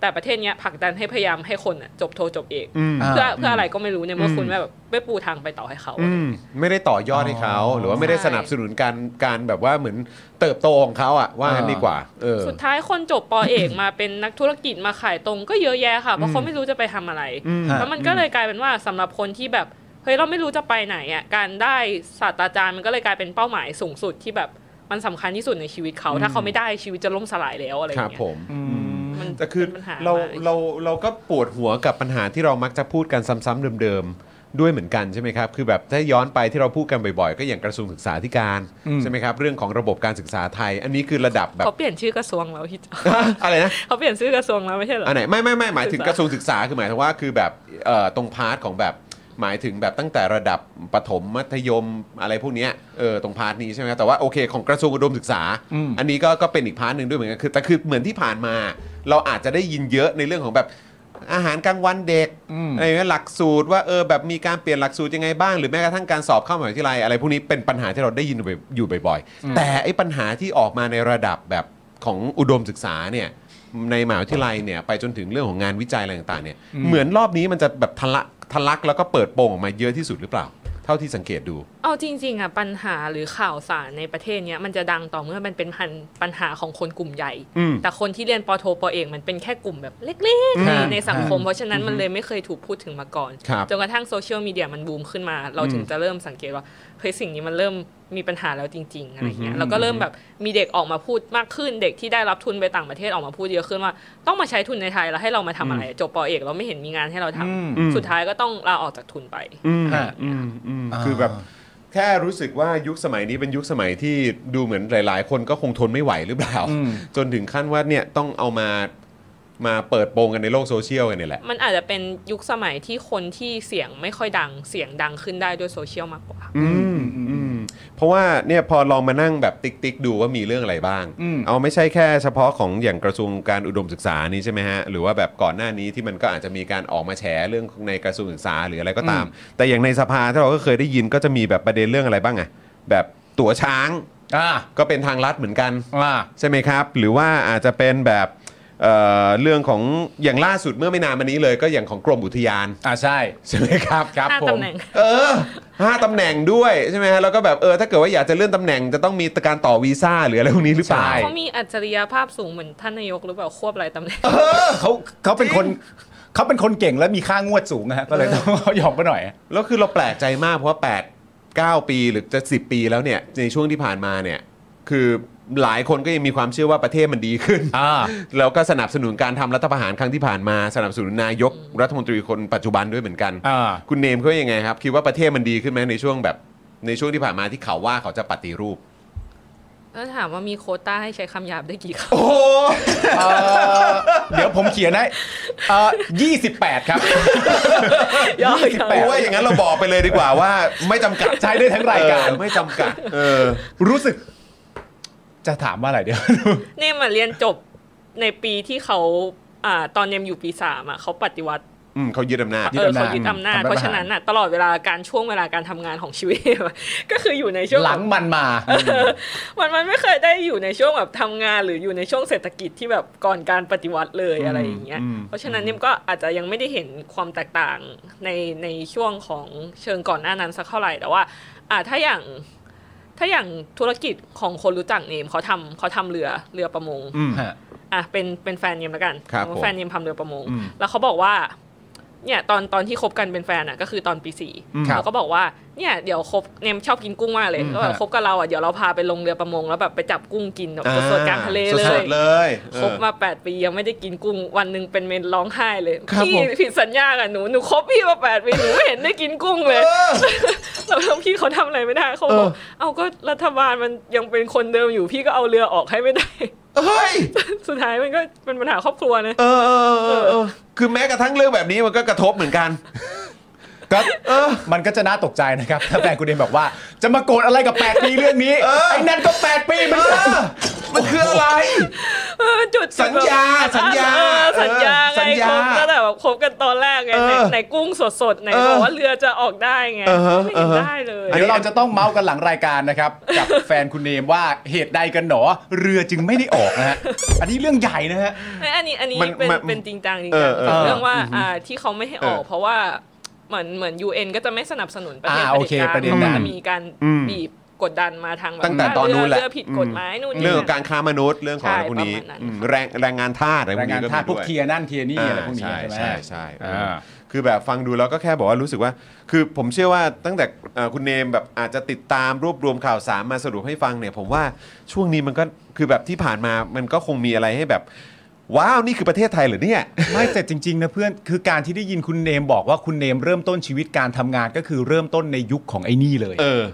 Speaker 3: แต่ประเทศเนี้ยผลักดันให้พยายามให้คนน่ะจบโทจบเอก
Speaker 1: อืม
Speaker 2: า
Speaker 3: เพื่อ
Speaker 2: อืม
Speaker 3: เพื่ออะไรก็ไม่รู้เนี่ยเมื่ออ
Speaker 1: ม
Speaker 3: คุณแบบไม่ปูทางไปต่อให้เขา
Speaker 1: อืมไม่ได้ต่อยอดให้เขา
Speaker 2: อ๋อ
Speaker 1: หรือว่าไม่ได้
Speaker 3: ใช่
Speaker 1: สนับสนุนการการแบบว่าเหมือนเติบโตของเขาอะว่างั้น
Speaker 2: อ่า
Speaker 1: ดีกว่า เออ
Speaker 3: สุดท้ายคนจบปอเอกมาเป็นนักธุรกิจมาขายตรงก็เยอะแยะค่ะเพราะเขาไม่รู้จะไปทำอะไร
Speaker 1: อืม
Speaker 3: แล้วมันก็เลยกลายเป็นว่าสำหรับคนที่แบบเฮ้ยเราไม่รู้จะไปไหนอ่ะการได้ศาสตราจารย์มันก็เลยกลายเป็นเป้าหมายสูงสุดที่แบบมันสำคัญที่สุดในชีวิตเขา ถ้าเขาไม่ได้ชีวิตจะล่มสลายแล้วอะไร
Speaker 1: ค
Speaker 3: อย่า
Speaker 1: รับ
Speaker 3: ง
Speaker 1: ผ
Speaker 3: เงี้ย
Speaker 1: ม
Speaker 2: อืม
Speaker 3: มัน
Speaker 1: แต่คือ
Speaker 3: ป็นปัญห
Speaker 1: เรา
Speaker 3: มก
Speaker 1: เราเราก็ปวดหัวกับปัญหาที่เรามักจะพูดกันซ้ำๆเดิมๆ ด้วยเหมือนกันใช่ไหมครับคือแบบถ้าย้อนไปที่เราพูดกันบ่อยๆ ก็อย่างกระทรวงศึกษาธิการ
Speaker 2: อืม
Speaker 1: ใช่ไหมครับเรื่องของระบบการศึกษาไทย อันนี้คือระดับแบบ
Speaker 3: เขาเปลี่ยนชื่อกระทรวงแล้วพี่จอ
Speaker 1: อะไรนะ
Speaker 3: เขาเปลี่ยนชื่อกระทรวงแล้วไม่ใช่เหรอ
Speaker 1: อั
Speaker 3: อน
Speaker 1: ไหนไม่ไม่ไม่หมายถึงกระทรวงศึกษาคือหมายถึงว่าคือแบบเอ่อตรงพาร์ทของแบบหมายถึงแบบตั้งแต่ระดับประถมมัธยมอะไรพวกเนี้ยเออตรงพาร์ทนี้ใช่ไหมครับแต่ว่าโอเคของกระทรวงอุดมศึกษา
Speaker 2: อืม
Speaker 1: อันนี้ก็ก็เป็นอีกพาร์ทหนึ่งด้วยเหมือนกันคือแต่คือเหมือนที่ผ่านมา เราอาจจะได้ยินเยอะในเรื่องของแบบอาหารกลางวันเด็ก
Speaker 2: อืม
Speaker 1: อะไรอย่างเงี้ยหลักสูตรว่าเออแบบมีการเปลี่ยนหลักสูตรยังไงบ้าง หรือแม้กระทั่งการสอบเข้ามหาวิทยาลัยอะไรพวกนี้เป็นปัญหาที่เราได้ยินอยู่บ่อยๆ แต่ไอ้ปัญหาที่ออกมาในระดับแบบของอุดมศึกษาเนี่ยในมหาวิทยาลัยเนี่ยไปจนถึงเรื่องของงานวิจัยอะไรต่างๆเนี่ยเหมือนรอบนี้มันจะแบบทะลักทะลักแล้วก็เปิดโปงออกมาเยอะที่สุดหรือเปล่า เท่าที่สังเกตดู
Speaker 3: เอาจริงๆอ่ะปัญหาหรือข่าวสารในประเทศเนี้ยมันจะดังต่อเมื่อมันเป็นพันปัญหาของคนกลุ่มใหญ่
Speaker 1: อืม
Speaker 3: แต่คนที่เรียนปอโทปอเอกมันเป็นแค่กลุ่มแบบเล็ก
Speaker 2: ครับ
Speaker 3: ๆในสังค
Speaker 2: ค
Speaker 3: ม
Speaker 2: รับ
Speaker 3: เพราะฉะนั้นมันเลยไม่เคยถูกพูดถึงมาก่อน
Speaker 1: ครับ
Speaker 3: จนกระทั่งโซเชียลมีเดียมันบูมขึ้นมา เราถึงจะเริ่มสังเกตว่าเฮ้ยสิ่งนี้มันเริ่มมีปัญหาแล้วจริง ๆอะไรเงี้ยแล้วก็เริ่มแบบมีเด็กออกมาพูดมากขึ้น เด็กที่ได้รับทุนไปต่างประเทศออกมาพูดเยอะขึ้นว่า ต้องมาใช้ทุนในไทยแล้วให้เรามาทำอะไรจบปอเอกเราไม่เห็นมีงานให้เราทำ
Speaker 2: อืม
Speaker 3: สุดท้ายก็ต้องลาออกจากทุนไป
Speaker 1: อืม
Speaker 2: ฮะ
Speaker 1: อืมอืม
Speaker 2: อ่า
Speaker 1: คือแบบแค่รู้สึกว่ายุคสมัยนี้เป็นยุคสมัยที่ดูเหมือนหลาย ๆ คนก็คงทนไม่ไหวหรือเปล่า
Speaker 2: อืม
Speaker 1: จนถึงขั้นว่าเนี่ยต้องเอามามาเปิดโปงกันในโลกโซเชียลกันเนี่ยแหละ
Speaker 3: มันอาจจะเป็นยุคสมัยที่คนที่เสียงไม่ค่อยดังเสียงดังขึ้นได้ด้วยโซเชียลมากกว่า
Speaker 1: อืม
Speaker 2: อืม
Speaker 1: อืมเพราะว่าเนี่ยพอลองมานั่งแบบติ๊กติ๊กดูว่ามีเรื่องอะไรบ้าง
Speaker 2: อืม
Speaker 1: เอาไม่ใช่แค่เฉพาะของอย่างกระทรวงการอุดมศึกษานี่ใช่ไหมฮะ หรือว่าแบบก่อนหน้านี้ที่มันก็อาจจะมีการออกมาแฉเรื่องในกระทรวงศึกษาหรืออะไรก็ตาม แต่อย่างในสภาที่เราก็เคยได้ยินก็จะมีแบบประเด็นเรื่องอะไรบ้างอะแบบตั๋วช้าง
Speaker 2: อ่า
Speaker 1: ก็เป็นทางลัดเหมือนกัน
Speaker 2: อ่า
Speaker 1: ใช่ไหมครับ หรือว่าอาจจะเป็นแบบเอ่อเรื่องของอย่างล่าสุดเมื่อไม่นานมานี้เลยก็อย่างของกรมอุทยาน
Speaker 2: อ่าใช่
Speaker 1: ใช่ไหมครับ
Speaker 2: ครับ
Speaker 3: ห้า
Speaker 2: ผม
Speaker 3: ตำแหน่ง
Speaker 1: เออห้าตำแหน่งด้วยใช่ไหมฮะแล้วก็แบบเออถ้าเกิดว่าอยากจะเลื่อนตำแหน่งจะต้องมีการต่อวีซ่าหรืออะไรพวกนี้หรือเปล่า
Speaker 2: ใช่
Speaker 3: เขามีอัจฉริยภาพสูงเหมือนท่านนายกหรือเปล่าควบหลายตำแหน่ง
Speaker 2: เขาเขาเป็นคนเขาเป็นคนเก่งและมีค่างวดสูงนะฮะก็เลยต้องยอมก็หน่อย
Speaker 1: แล้วคือเราแปลกใจมากเพราะว่า8 9 ปีหรือจะ 10 ปีแล้วเนี่ยในช่วงที่ผ่านมาเนี่ยคือหลายคนก็ยังมีความเชื่อว่าประเทศมันดีขึ้น
Speaker 2: อ่า
Speaker 1: แล้วก็สนับสนุนการทำรัฐประหารครั้งที่ผ่านมาสนับสนุนนายกรัฐมนตรีคนปัจจุบันด้วยเหมือนกัน
Speaker 2: อ่า
Speaker 1: คุณเนมเขายังไงครับ คิดว่าประเทศมันดีขึ้นไหมในช่วงแบบในช่วงที่ผ่านมาที่เขาว่าเขาจะปฏิรูป
Speaker 3: แล้วถามว่ามีโควต้าให้ใช้คำหยาบได้กี่ค
Speaker 1: โอ้โห
Speaker 2: เอ่อเดี๋ยวผมเขียนให้เอ่อ28 ครับ
Speaker 3: ำ ย่อ
Speaker 2: ยี่สิบแปด
Speaker 1: ว่าอย่างนั้นเราบอกไปเลยดีกว่าว่า ไม่จำกัด
Speaker 2: ใช้ได้ทั้งรายการ
Speaker 1: เออไม่จำกัด เออ
Speaker 2: รู้สึก จะถามว่าอะไรเดี๋ยว
Speaker 3: ๆเนี่ยมาเรียนจบในปีที่เขาอ่าตอนเนมอยู่ปีสามอ่ะเขาปฏิวัติ
Speaker 1: อืมเขายึดอำนาจ
Speaker 2: ยึ
Speaker 3: เอ
Speaker 2: ด
Speaker 3: อ
Speaker 2: อำนาจ
Speaker 3: เขายึดอำนาจ
Speaker 2: ทำรัฐประหาร
Speaker 3: เพราะฉะนั้นอ่ะตลอดเวลาการช่วงเวลาการทำงานของชีวิต ก็คืออยู่ในช่วง
Speaker 2: หลังมันมา
Speaker 3: มันมันไม่เคยได้อยู่ในช่วงแบบทำงานหรืออยู่ในช่วงเศรษฐกิจที่แบบก่อนการปฏิวัติเลยอะไรอย่างเงี้ย
Speaker 1: อืม
Speaker 3: เพราะฉะนั้นเนมก็อาจจะยังไม่ได้เห็นความแตกต่างในในช่วงของเชิงก่อนหน้านั้นสักเท่าไหร่แต่ว่า อ่าถ้าอย่างถ้าอย่างธุรกิจของคนรู้จักเนมเขาทำเขาทำเรือเรือประมง
Speaker 1: อืม
Speaker 2: ฮะ
Speaker 3: อ่ะเป็นเป็นแฟนเนมแล้วกัน
Speaker 1: ครับ
Speaker 3: สมมุ
Speaker 1: ผ
Speaker 3: ติ
Speaker 1: ม
Speaker 3: แฟนเนมทำเรือประมง
Speaker 1: อืม
Speaker 3: แล้วเขาบอกว่าเนี่ยตอนตอนที่คบกันเป็นแฟนอ่ะก็คือตอนปีสี่
Speaker 1: อืม
Speaker 3: เขาก็บอกว่าเนี่ยเดี๋ยวคบเนมชอบกินกุ้งมากเลย
Speaker 2: อืม
Speaker 3: ก็แบบ
Speaker 2: ฮะ
Speaker 3: คบกับเราอ่ะเดี๋ยวเราพาไปลงเรือประมง แล้วแบบไปจับกุ้งกินแบบสดๆกลางทะเลเล
Speaker 1: ส
Speaker 3: ย
Speaker 1: ดๆเลย
Speaker 3: คบมา 8 ปียังไม่ได้กินกุ้งวันหนึ่งเป็นเมนร้องไห้เลย
Speaker 1: ครับ
Speaker 3: พี่
Speaker 1: ผม
Speaker 3: ผิดสัญญากับหนูหนูคบพี่มา8ปีหนูไม่เห็นได้กินกุ้งเลย
Speaker 1: เออ
Speaker 3: เราทำ พี่เขาทำอะไรไม่ได้เขาบ
Speaker 1: เอ
Speaker 3: อก
Speaker 1: อ
Speaker 3: เอาก็รัฐบาลมันยังเป็นคนเดิมอยู่พี่ก็เอาเรือออกให้ไม่ได้
Speaker 1: เฮ้ย
Speaker 3: สุดท้ายมันก็เป็นปัญหาครอบครัวนะ
Speaker 1: เออเออเออเออคือแม้กระทั่งเรื่องแบบนี้มันก็กระทบเหมือนกัน
Speaker 2: ก็มันก็จะน่าตกใจนะครับ ถ้าแฟนคุณเดมบอกว่า จะมาโกรธอะไรกับ 8 ปีเรื่องนี้ ไอ้นั่นก็ 8 ปีเหมัน
Speaker 1: เออ มันคืออะไร
Speaker 3: เออจุด
Speaker 1: สัญญา
Speaker 3: แบบ
Speaker 1: สัญญา
Speaker 3: เออสัญญา
Speaker 1: เออสัญ
Speaker 3: ไง
Speaker 1: ญา
Speaker 3: คบตั้งแต่แบบคบกันตอนแรกไง
Speaker 1: เออ
Speaker 3: ไหนไหนกุ้งสดๆไหน
Speaker 1: เออ
Speaker 3: บอกว่าเรือจะออกได้ไง
Speaker 1: เออฮะ
Speaker 3: ไม่เห็น
Speaker 1: เออฮะ
Speaker 3: ได้เลย
Speaker 2: เดี๋ยวเราจะต้องเมาส์กันหลังรายการนะครับ กับแฟนคุณเนมว่าเหตุใดกันหนอ เรือจึงไม่ได้ออกนะฮะอันนี้เรื่องใหญ่นะฮะ
Speaker 3: ไม่อันนี้อันนี้
Speaker 1: มัน
Speaker 3: เป็น
Speaker 1: มัน
Speaker 3: เป็นจริงจังจริง
Speaker 1: เอ
Speaker 3: จั
Speaker 1: องเออ
Speaker 3: เรื่องว่า
Speaker 2: อือฮึ
Speaker 3: อ่าที่เขาไม่ให้ออก
Speaker 1: เออ
Speaker 3: เพราะว่าเหมือนเหมือน UN ก็จะไม่สนับสนุนประเทศ
Speaker 2: อ่าโอเคประเด็นนั้น
Speaker 3: มัมีการ
Speaker 1: อืม
Speaker 3: บีบกดดันมาทางบบ
Speaker 1: ตั้งแต่ตอนนู้นแหละ
Speaker 3: เรื่องผิดกฎหมายนู่นนี่
Speaker 1: เรื่องข
Speaker 3: นั่
Speaker 1: อน งการค้ามนุษย์เรื่องของอะไร
Speaker 3: ใช่
Speaker 1: พวกนี้
Speaker 3: ประมาณนั้น
Speaker 1: อืมแรงแรงงานทาสอะไรพ
Speaker 2: แร
Speaker 1: วก
Speaker 2: ง
Speaker 1: นี้
Speaker 2: งาน
Speaker 1: ก็มี
Speaker 2: ทาสพวก
Speaker 1: ด้วย
Speaker 2: เทียนั่นเทียนี่อะไรพวกนี้
Speaker 1: ใช่
Speaker 2: ใช่ไหม
Speaker 1: ใช่ใช่เออ
Speaker 2: อ่า
Speaker 1: คือแบบฟังดูแล้วก็แค่บอกว่ารู้สึกว่า คือผมเชื่อว่าตั้งแต่เอ่อคุณเนมแบบอาจจะติดตามรวบรวมข่าวสารมาสรุปให้ฟังเนี่ย ผมว่าช่วงนี้มันก็คือแบบที่ผ่านมามันก็คงมีอะไรให้แบบ ว้าวนี่คือประเทศไทยเหรอเนี่ย
Speaker 2: ไม่แต่จริง ๆ นะเพื่อนคือการที่ได้ยินคุณเนมบอกว่าคุณเนมเริ่มต้นชีวิตการทำงานก็คือเริ่มต้นในยุคของไอ้นี่เลย
Speaker 1: เออ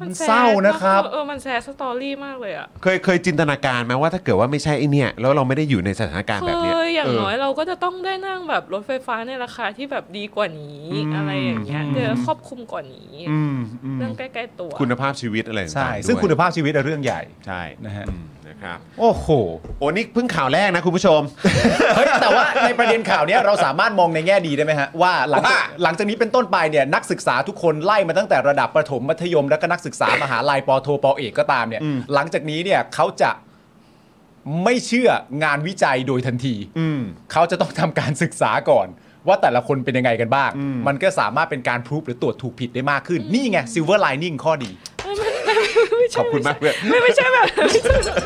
Speaker 2: มันเศร้านะครับ
Speaker 3: เออเออมันแซดสตอรี่มากเลยอ่ะ
Speaker 1: เคยเคยจินตนาการไหมว่าถ้าเกิดว่าไม่ใช่ไอเนี่ยแล้วเราไม่ได้อยู่ในสถานการณ์
Speaker 3: เค
Speaker 1: แบบเนี้ย
Speaker 3: ยอย่าง
Speaker 1: เ
Speaker 3: น้อยเราก็จะต้องได้นั่งแบบรถไฟฟ้าในราคาที่แบบดีกว่านี้อะไรอย่างเงี้ยเดี๋ยวครอบคลุมกว่านี้
Speaker 1: อืมอืม
Speaker 3: เรื่องใกล้ๆตัว
Speaker 1: คุณภาพชีวิตอะไรต่างๆ
Speaker 2: ใช่
Speaker 1: ด้วย
Speaker 2: ซึ่งคุณภาพชีวิตเป็นเรื่องใหญ่
Speaker 1: ใช่
Speaker 2: นะฮะ
Speaker 1: อืมนะครับ
Speaker 2: โอ้โห
Speaker 1: โอ้นี่เพิ่งข่าวแรกนะคุณผู้ชม
Speaker 2: เฮ้ยแต่ว่าในประเด็นข่าวเนี้ยเราสามารถมองในแง่ดีได้ไหมฮะ ว่าหลังจากหลังจากนี้เป็นต้นไปเนี่ยนักศึกษาทุกคนไล่มาตั้งแต่ระดับประถมมัธยมแล้วก็นักศึกษามหาลัยปอโทปอเอกก็ตามเนี่ย หลังจากนี้เนี่ยเขาจะไม่เชื่องานวิจัยโดยทันที
Speaker 1: อืม
Speaker 2: เขาจะต้องทำการศึกษาก่อน ว่าแต่ละคนเป็นยังไงกันบ้าง มันก็สามารถเป็นการพรูฟหรือตรวจถูกผิดได้มากขึ้น นี่ไงซิลเวอร์ไลนิงข้อดี
Speaker 1: ขอบคุณมากเพื่อน
Speaker 3: ไม่ไม่ใช่แบบไม่ใช่แบบ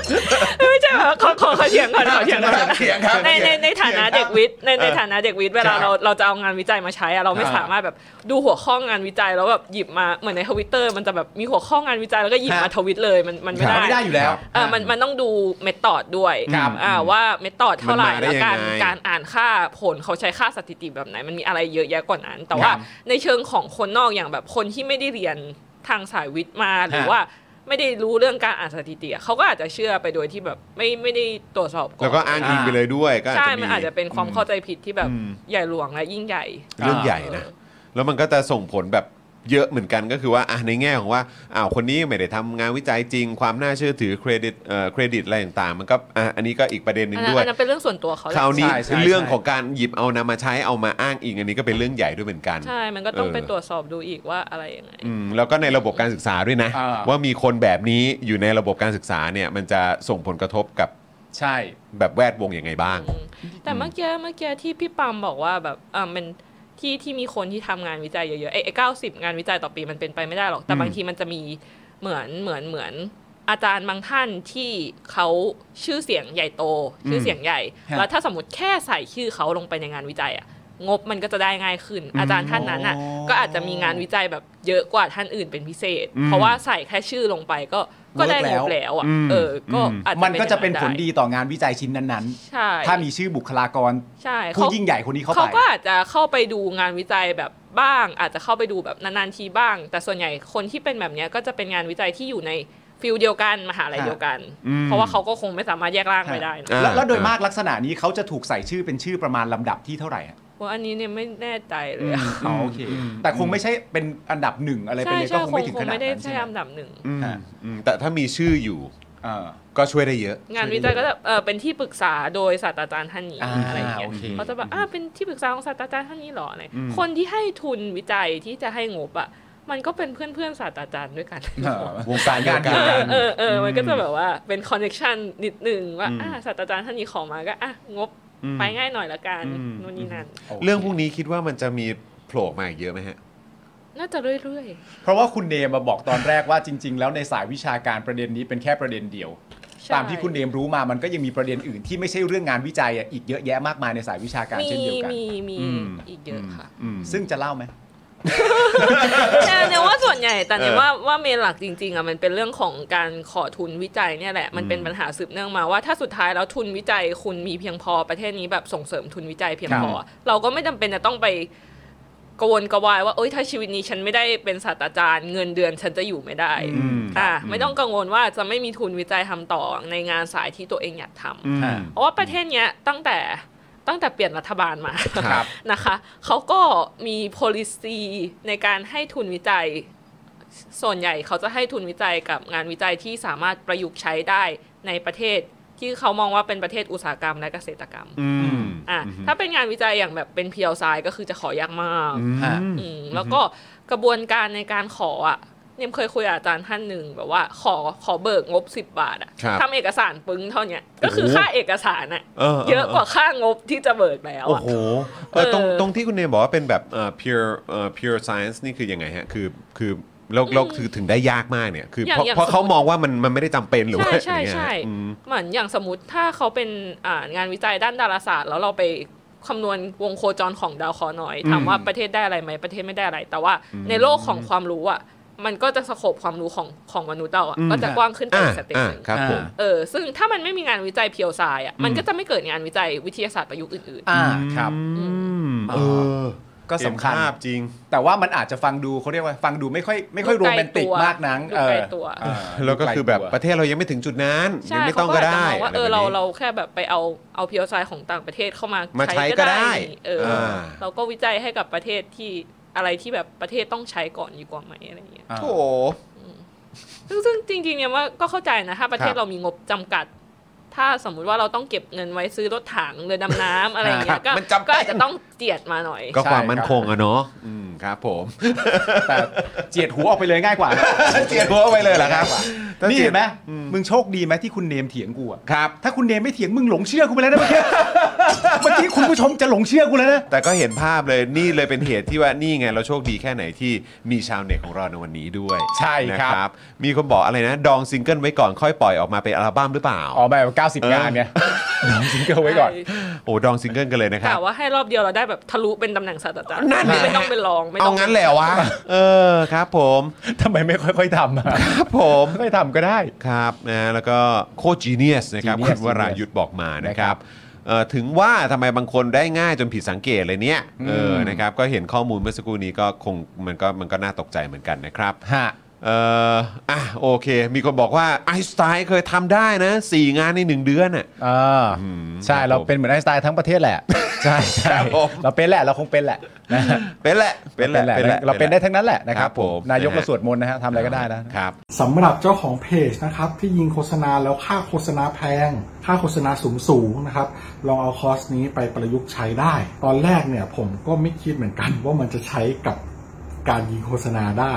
Speaker 3: ไม่ใช่แบบขอขอขอเถียงก่อนขอเถียงก่อน
Speaker 1: เถียงครับ
Speaker 3: ในในในฐานะเด็กวิทย์ในใน
Speaker 1: เออ
Speaker 3: ฐานะเด็กวิทย์เวลาเราเราจะเอางานวิจัยมาใช้อะเราไม่
Speaker 2: อ่า
Speaker 3: สามารถแบบดูหัวข้องานวิจัยแล้วแบบหยิบมาเหมือนในทวิตเตอร์มันจะแบบมีหัวข้องานวิจัยแล้วก็หยิบ
Speaker 2: ฮะ
Speaker 3: มาทวิตเลยมันมันไม่
Speaker 2: หา
Speaker 3: ได้
Speaker 2: ไม่ได้อยู่แล้ว
Speaker 3: เออมันมันต้องดูเมธอดด้วย
Speaker 2: ครับ
Speaker 3: อ่าว่าเมธอดเท่าไหร่
Speaker 1: มันมาได้
Speaker 3: แล้วการ
Speaker 1: ยังไง
Speaker 3: การอ่านค่าผลเขาใช้ค่าสถิติแบบไหน มันมีอะไรเยอะแยะกว่านั้น แต่ว่าในเชิงของคนนอกอย่างแบบคนที่ไม่ได้เรียนทางสายวิทย์มาหรือ
Speaker 2: ฮะ
Speaker 3: ว่า ไม่ได้รู้เรื่องการอ่านสถิติอะเขาก็อาจจะเชื่อไปโดยที่แบบไม่ไม่ได้ตรวจสอบก่อน
Speaker 1: แล้วก็อ้างอิงไปเลยด้วยก็อาจ
Speaker 3: ใช่
Speaker 1: จะมี
Speaker 3: มันอาจจะเป็นความเข้าใจผิดที่แบบ
Speaker 1: อืม
Speaker 3: ใหญ่หลวงและยิ่งใหญ่
Speaker 1: เรื่องใหญ่นะ แล้วมันก็จะส่งผลแบบเยอะเหมือนกันก็คือว่าอ่ะในแง่ของว่าอ้าวคนนี้ไม่ได้ทำงานวิจัยจริง ความน่าเชื่อถือเครดิตเอ่อเครดิตอะไรต่างๆ มันก็อ่ะอันนี้ก็อีกประเด็นหนึ่
Speaker 3: อั
Speaker 1: ง
Speaker 3: นนั้น
Speaker 1: ด้วย
Speaker 3: อันนั้นเป็นเรื่องส่วนตัวเขาแห
Speaker 1: ค
Speaker 3: ละ
Speaker 1: ราวนี้
Speaker 2: ใช่ใช่ใช่
Speaker 1: เรื่องของการหยิบเอานำมาใช้เอามาอ้างอิง อันนี้ก็เป็นเรื่องใหญ่ด้วยเหมือนกัน
Speaker 3: ใช่ มันก็ต้อง
Speaker 1: เออ
Speaker 3: ไปตรวจสอบดูอีกว่าอะไรยังไง
Speaker 1: อืมแล้วก็ในระบบการศึกษาด้วยนะ
Speaker 2: อ่า
Speaker 1: ว่ามีคนแบบนี้อยู่ในระบบการศึกษาเนี่ยมันจะส่งผลกระทบกับ
Speaker 2: ใช่
Speaker 1: แบบแวดวงยังไงบ้าง
Speaker 3: แต่เมื่อกี้เมื่อกี้ที่พี่ปัมบอกว่าแบบอ่ามันที่ที่มีคนที่ทำงานวิจัยเยอะๆไอ้เก้าสิบงานวิจัยต่อปีมันเป็นไปไม่ได้หรอก แต่บางทีมันจะมีเหมือนเหมือนเหมือน อาจารย์บางท่านที่เขาชื่อเสียงใหญ่โต ชื่อเสียงใหญ่
Speaker 2: ฮะ
Speaker 3: แล้วถ้าสมมติแค่ใส่ชื่อเขาลงไปในงานวิจัยอะงบมันก็จะได้ง่ายขึ้น อาจารย์ท่านนั้นอ่ะ
Speaker 2: อ๋อ
Speaker 3: ก็อาจจะมีงานวิจัยแบบเยอะกว่าท่านอื่นเป็นพิเศษ เพราะว่าใส่แค่ชื่อลงไปก็ก็ได้งบแล้วอ่ะ
Speaker 1: อืม
Speaker 3: เออก็
Speaker 1: อืม
Speaker 3: อาจจะ
Speaker 2: มันก็จะเป็นผล
Speaker 3: ไ
Speaker 2: ดีต่องานวิจัยชิ้นนั้น
Speaker 3: ใช่
Speaker 2: ๆ ถ้ามีชื่อบุคลากร
Speaker 3: ใช่เขา
Speaker 2: ผู้ยิ่งใหญ่คนนี้เข้า
Speaker 3: เขา
Speaker 2: ไป
Speaker 3: ก็อาจจะเข้าไปดูงานวิจัยแบบบ้าง อาจจะเข้าไปดูแบบนานๆทีบ้าง แต่ส่วนใหญ่คนที่เป็นแบบเนี้ยก็จะเป็นงานวิจัยที่อยู่ในฟิลด์เดียวกันมหาลัยเดียวกัน
Speaker 1: อืม
Speaker 3: เพราะว่าเขาก็คงไม่สามารถแยกร่างไปได้นะ
Speaker 1: อ่า
Speaker 2: แล้วแล้วโดยมากลักษณะนี้เขาจะถูกใส่ชื่อเป็นชื่อประมาณลำดับที่เท่าไหร่อะ
Speaker 3: ว่าอันนี้เนี่ยไม่แน่ใจเลยอะ
Speaker 2: อ๋อโอเค แต่คงไม่ใช่เป็นอันดับหนึ่งอะไรไป
Speaker 3: ใช่
Speaker 2: เลยก็คง
Speaker 3: ใช่ค
Speaker 2: ไม่
Speaker 3: ง
Speaker 2: ถึงข
Speaker 3: คง
Speaker 2: นาด
Speaker 3: ไม่ได้
Speaker 2: นั้นใช่
Speaker 3: ใช่
Speaker 2: ไห
Speaker 3: อั
Speaker 2: ม
Speaker 3: นดับหนึ่ง
Speaker 1: อืม
Speaker 2: อ่า
Speaker 1: อืมแต่ถ้ามีชื่ออยู่
Speaker 2: เออ
Speaker 1: ก็ช่วยได้เยอะ
Speaker 3: งานวิจัยก็จะเออเป็นที่ปรึกษาโดยศาสตราจารย์ท่านนี้
Speaker 2: อ่า
Speaker 3: อะไรอย่างเงี้ย
Speaker 2: โอเค
Speaker 3: เขาจะแบบอ่าเป็นที่ปรึกษาของศาสตราจารย์ท่านนี้เหรออะไรคนที่ให้ทุนวิจัยที่จะให้งบอ่ะมันก็เป็นเพื่อนเพื่อนๆศาสตราจารย์ด้วยกัน
Speaker 2: เออวงการงานเดียว
Speaker 3: เอ
Speaker 2: กั
Speaker 3: อน เออเออมันก็จะแบบว่าเป็นคอนเน t ชันนิดหนึ่งว่าอ่ะศาสตราจารย์ท่านนี้ขอมาก็อ่ะงบไปง่ายหน่อยละกัน
Speaker 1: อืม
Speaker 3: นู่นนี่นั่น
Speaker 1: เรื่องพวกนี้คิดว่ามันจะมีโผล่มาอีกเยอะไหมฮะ
Speaker 3: น่าจะเรื่อย
Speaker 2: เพราะว่าคุณเนมมาบอกตอนแรกว่าจริง ๆ แล้วในสายวิชาการประเด็นนี้เป็นแค่ประเด็นเดียว
Speaker 3: ใช่
Speaker 2: ตามที่คุณเนมรู้มามันก็ยังมีประเด็นอื่นที่ไม่ใช่เรื่องงานวิจัยอะอีกเยอะแยะมากมายในสายวิชาการ
Speaker 3: ๆ มี
Speaker 2: เช่นเดียวกัน
Speaker 3: มีมี
Speaker 1: อืม
Speaker 3: อีกเยอะค่ะ
Speaker 2: ซึ่งจะเล่าไหม
Speaker 3: แต่เนี่ยว่าส่วนใหญ่แต่เนี่ย
Speaker 1: เออ
Speaker 3: ว่าว่าเมนหลักจริงๆอ่ะมันเป็นเรื่องของการขอทุนวิจัยเนี่ยแหละมันเป็นปัญหาสืบเนื่องมาว่าถ้าสุดท้ายแล้วทุนวิจัยคุณมีเพียงพอประเทศนี้แบบส่งเสริมทุนวิจัยเพียง
Speaker 2: ครับ
Speaker 3: พอ เราก็ไม่จำเป็นจะต้องไปกระวนกระวายว่าเอ้ยถ้าชีวิตนี้ฉันไม่ได้เป็นศาสตราจารย์เงินเดือนฉันจะอยู่ไม่ได้
Speaker 1: อืม
Speaker 3: อ่ะไม่ต้องกังวลว่าจะไม่มีทุนวิจัยทำต่อในงานสายที่ตัวเองอยากทำ
Speaker 1: อืม
Speaker 2: อ่า
Speaker 3: เพราะว่าประเทศเนี้ยตั้งแต่ตั้งแต่เปลี่ยนรัฐบาลมา
Speaker 1: ครับ
Speaker 3: นะคะเขาก็มี policy ในการให้ทุนวิจัย ส่วนใหญ่เขาจะให้ทุนวิจัยกับงานวิจัยที่สามารถประยุกต์ใช้ได้ในประเทศ ที่เขามองว่าเป็นประเทศอุตสาหกรรมและเกษตรกรรม
Speaker 1: อืม
Speaker 3: อ่ะถ้าเป็นงานวิจัยอย่างแบบเป็นเพียวไซก็คือจะขอยากมาก
Speaker 1: อืม
Speaker 2: ฮะ
Speaker 3: อืมแล้วก็กระบวนการในการขออ่ะเนี่ยเคยคุยกับอาจารย์ท่านหนึ่งแบบว่าขอขอเบิกงบสิบบาทอ่ะ
Speaker 1: ครับ
Speaker 3: ทำเอกสารปึ้งเท่าเนี้ยก็คือค่าเอกสารอ่ะ
Speaker 1: เออเออ
Speaker 3: เยอะกว่าค่างบที่จะเบิกแล้ว
Speaker 1: โอ้
Speaker 3: อ่ะ
Speaker 1: โหเออตรง
Speaker 3: เออ
Speaker 1: ตรงที่คุณเนมบอกว่าเป็นแบบเอ่อ pure เอ่อ pure science นี่คือยังไงฮะ คือคือแล้วแล้วคือถึงได้ยากมากเนี่ย คือเพราะ
Speaker 3: อย่างอย่าง
Speaker 1: เพราะ
Speaker 3: สมมุติ
Speaker 1: เขามองว่ามันมันไม่ได้จำเป็นหรือว่า
Speaker 3: ใช่ใช่ใช่
Speaker 1: อย่างเงี้ยอืม
Speaker 3: เหมือนอย่างสมมติถ้าเขาเป็นอ่างานวิจัยด้านดาราศาสตร์ แล้วเราไปคำนวณวงโคจรของดาวเคราะห์น้อยถามว่าประเทศได้อะไรไหมประเทศไม่ได้อะไร แต่ว่าในโลกของความรู้อ่ะมันก็จะสโคบความรู้ของของมนุษย์เราอ่ะ
Speaker 1: อืม
Speaker 3: ก็จะกว้างขึ้นไป
Speaker 1: อ่า
Speaker 3: อีกสเต็ป
Speaker 1: อ่า
Speaker 3: หนึ่ง
Speaker 1: ครับผม
Speaker 3: เออซึ่งถ้ามันไม่มีงานวิจัยเพียวไซายอ่ะมันก็จะไม่เกิดงานวิจัยวิทยาศาสตร์ประยุกต์อื่น
Speaker 2: อ่าครับ
Speaker 1: อืม
Speaker 2: เอ
Speaker 1: อ
Speaker 2: ก็สำคัญ
Speaker 1: เห็นภาพจริง
Speaker 2: แต่ว่ามันอาจจะฟังดูเขาเรียกว่าฟังดูไม่ค่อยไม่ค่อยโรแมนติก
Speaker 3: ดูไกลตัว
Speaker 2: มากนัง
Speaker 3: ดูไกลตัว
Speaker 2: เออ
Speaker 1: แล้วก็คือแบบ
Speaker 2: ดู
Speaker 1: ป
Speaker 2: ไล
Speaker 1: ระเทศเรายังไม่ถึงจุดนั้น
Speaker 3: ๆ
Speaker 1: ยั
Speaker 3: ใช่
Speaker 1: งไม่ต้องก็ได้
Speaker 3: เขาอาจจะมองว่าเออเรา
Speaker 1: แบบนี้
Speaker 3: เราแค่แบบไปเอาเอาเพียวไซายของต่างประเทศเข้ามา
Speaker 1: มาใช้ก็ได้
Speaker 3: เอออา เราก็วิจัยให้กับประเทศที่อะไรที่แบบประเทศต้องใช้ก่อนดีกว่าไหมอะไรอย่างเงี้ย
Speaker 2: อ่า
Speaker 1: โถ
Speaker 3: ซึ่งซึ่งจริงๆเนี่ยว่าก็เข้าใจนะถ้าประเท
Speaker 1: ค
Speaker 3: ศ
Speaker 1: รับ
Speaker 3: เรามีงบจำกัด ถ้าสมมุติว่าเราต้องเก็บเงินไว้ซื้อรถถังเรือดำน้ำอะไรอย่างเงี้
Speaker 1: ค
Speaker 3: ย
Speaker 1: รั
Speaker 3: ก็
Speaker 1: บมันจำเป็น
Speaker 3: ก็อาจจะต้องเจียดมาหน่อย
Speaker 1: ก็ความ
Speaker 2: ใช่
Speaker 1: มั่นคงอะเนาะอืมครับผม
Speaker 2: แต่เจียดหูออกไปเลยง่ายกว่า
Speaker 1: เจียดหัวไปเลยเหรอครับ
Speaker 2: นี่เห็นไหมมึงโชคดีไหมที่คุณเนมเถียงกูอะ
Speaker 1: ครับ
Speaker 2: ถ้าคุณเนมไม่เถียงมึงหลงเชื่อกูไปแล้วนะเมื่อ กี้ เมื่อกี้คุณผู้ชมจะหลงเชื่อกูแล้วนะ
Speaker 1: แต่ก็เห็นภาพเลยนี่เลยเป็นเหตุที่ว่านี่ไงเราโชคดีแค่ไหนที่มีชาวเน็ตของเราในวันนี้ด้วย
Speaker 2: ใช่
Speaker 1: นะครับ มีคนบอกอะไรนะ ดองซิงเกิลไว้ก่อนค่อยปล่อยออกมาเป็นอัลบั้มหรือเปล่า
Speaker 2: อ๋อแบบ 90 งานเนี่ยหลงซิงเกิลไว้ก่อน
Speaker 1: โอ้ดองซิงเกิลกันเลยนะค
Speaker 3: ก
Speaker 1: รับ
Speaker 3: ล่าวว่าให้รอบเดียวเราได้แบบทะลุเป็นตำแหน่งศาสตราจารย์
Speaker 1: นั่นไง
Speaker 3: ไม่ต้องเป็นรองไม่
Speaker 1: เอา
Speaker 3: ต้อง
Speaker 1: งั้นแหละวะ เออครับผม
Speaker 2: ทำไมไม่ค่อยๆทำอะ
Speaker 1: ครับผม
Speaker 2: ค่อยๆทำก็ได้
Speaker 1: ครับนะแล้วก็โคจีเนียสนะครับ
Speaker 2: Genius
Speaker 1: คุณวรายุทธ์บอกมานะครั
Speaker 2: นะครับ บ
Speaker 1: เอ่อถึงว่าทำไมบางคนได้ง่ายจนผิดสังเกตเลยเนี่ยเออ
Speaker 2: ม
Speaker 1: นะครับก็เห็นข้อมูลเมื่อสักครู่นี้ก็คงมันก็มันก็น่าตกใจเหมือนกันนะครับ
Speaker 2: ฮะ
Speaker 1: เอ่ออ่ะโอเค มีคนบอกว่าไอน์สไตน์เคยทำได้นะ 4 งานใน 1 เดือนน่ะ
Speaker 2: อ่าใช่
Speaker 1: ครับ
Speaker 2: เราเป็นเหมือนไอน์สไตล์ทั้งประเทศแหละ ใช่ใช่
Speaker 1: ครับผม
Speaker 2: เราเป็นแหละเราคงเป็นแหละนะฮะ
Speaker 1: เป็นแหละ เป็นแหละ
Speaker 2: เป็นแหละ เราเป็นได้ทั้งนั้นแหละนะค
Speaker 1: ครั
Speaker 2: รั
Speaker 1: บบ ผ
Speaker 2: ผม มนายก
Speaker 1: นะฮะ
Speaker 2: เราสวดมนต์นะฮะทำอะไรก็ได้นะ
Speaker 1: ครับ
Speaker 4: สำหรับเจ้าของเพจนะครับที่ยิงโฆษณาแล้วค่าโฆษณาแพง ค่าโฆษณาสูงสูงๆนะครับ ลองเอาคอร์สนี้ไปประยุกต์ใช้ได้ ตอนแรกเนี่ยผมก็ไม่คิดเหมือนกัน ว่ามันจะใช้กับการยิงโฆษณาได้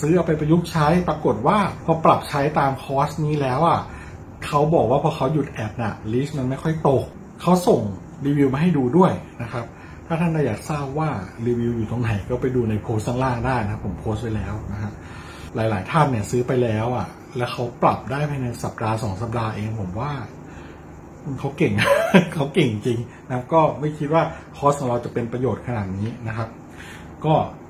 Speaker 4: ซื้อเอาไปประยุกต์ใช้ปรากฏว่าพอปรับใช้ตามคอร์สนี้แล้วอ่ะเขาบอกว่าพอเขาหยุดแอดน่ะลิสต์มันไม่ค่อยตกเขาส่งรีวิวมาให้ดูด้วยนะครับ ถ้าท่านอยากทราบว่ารีวิวอยู่ตรงไหนก็ไปดูในโพสต์ข้างล่างได้นะครับผมโพสต์ไว้แล้วนะครับ หลาย ๆ ท่านเนี่ยซื้อไปแล้วอ่ะ แล้วเขาปรับได้ภายในสัปดาห์สองสัปดาห์เองผมว่าเขาเก่ง เขาเก่งจริงนะครับก็ไม่คิดว่าคอร์สของเราจะเป็นประโยชน์ขนาดนี้นะครับ ก็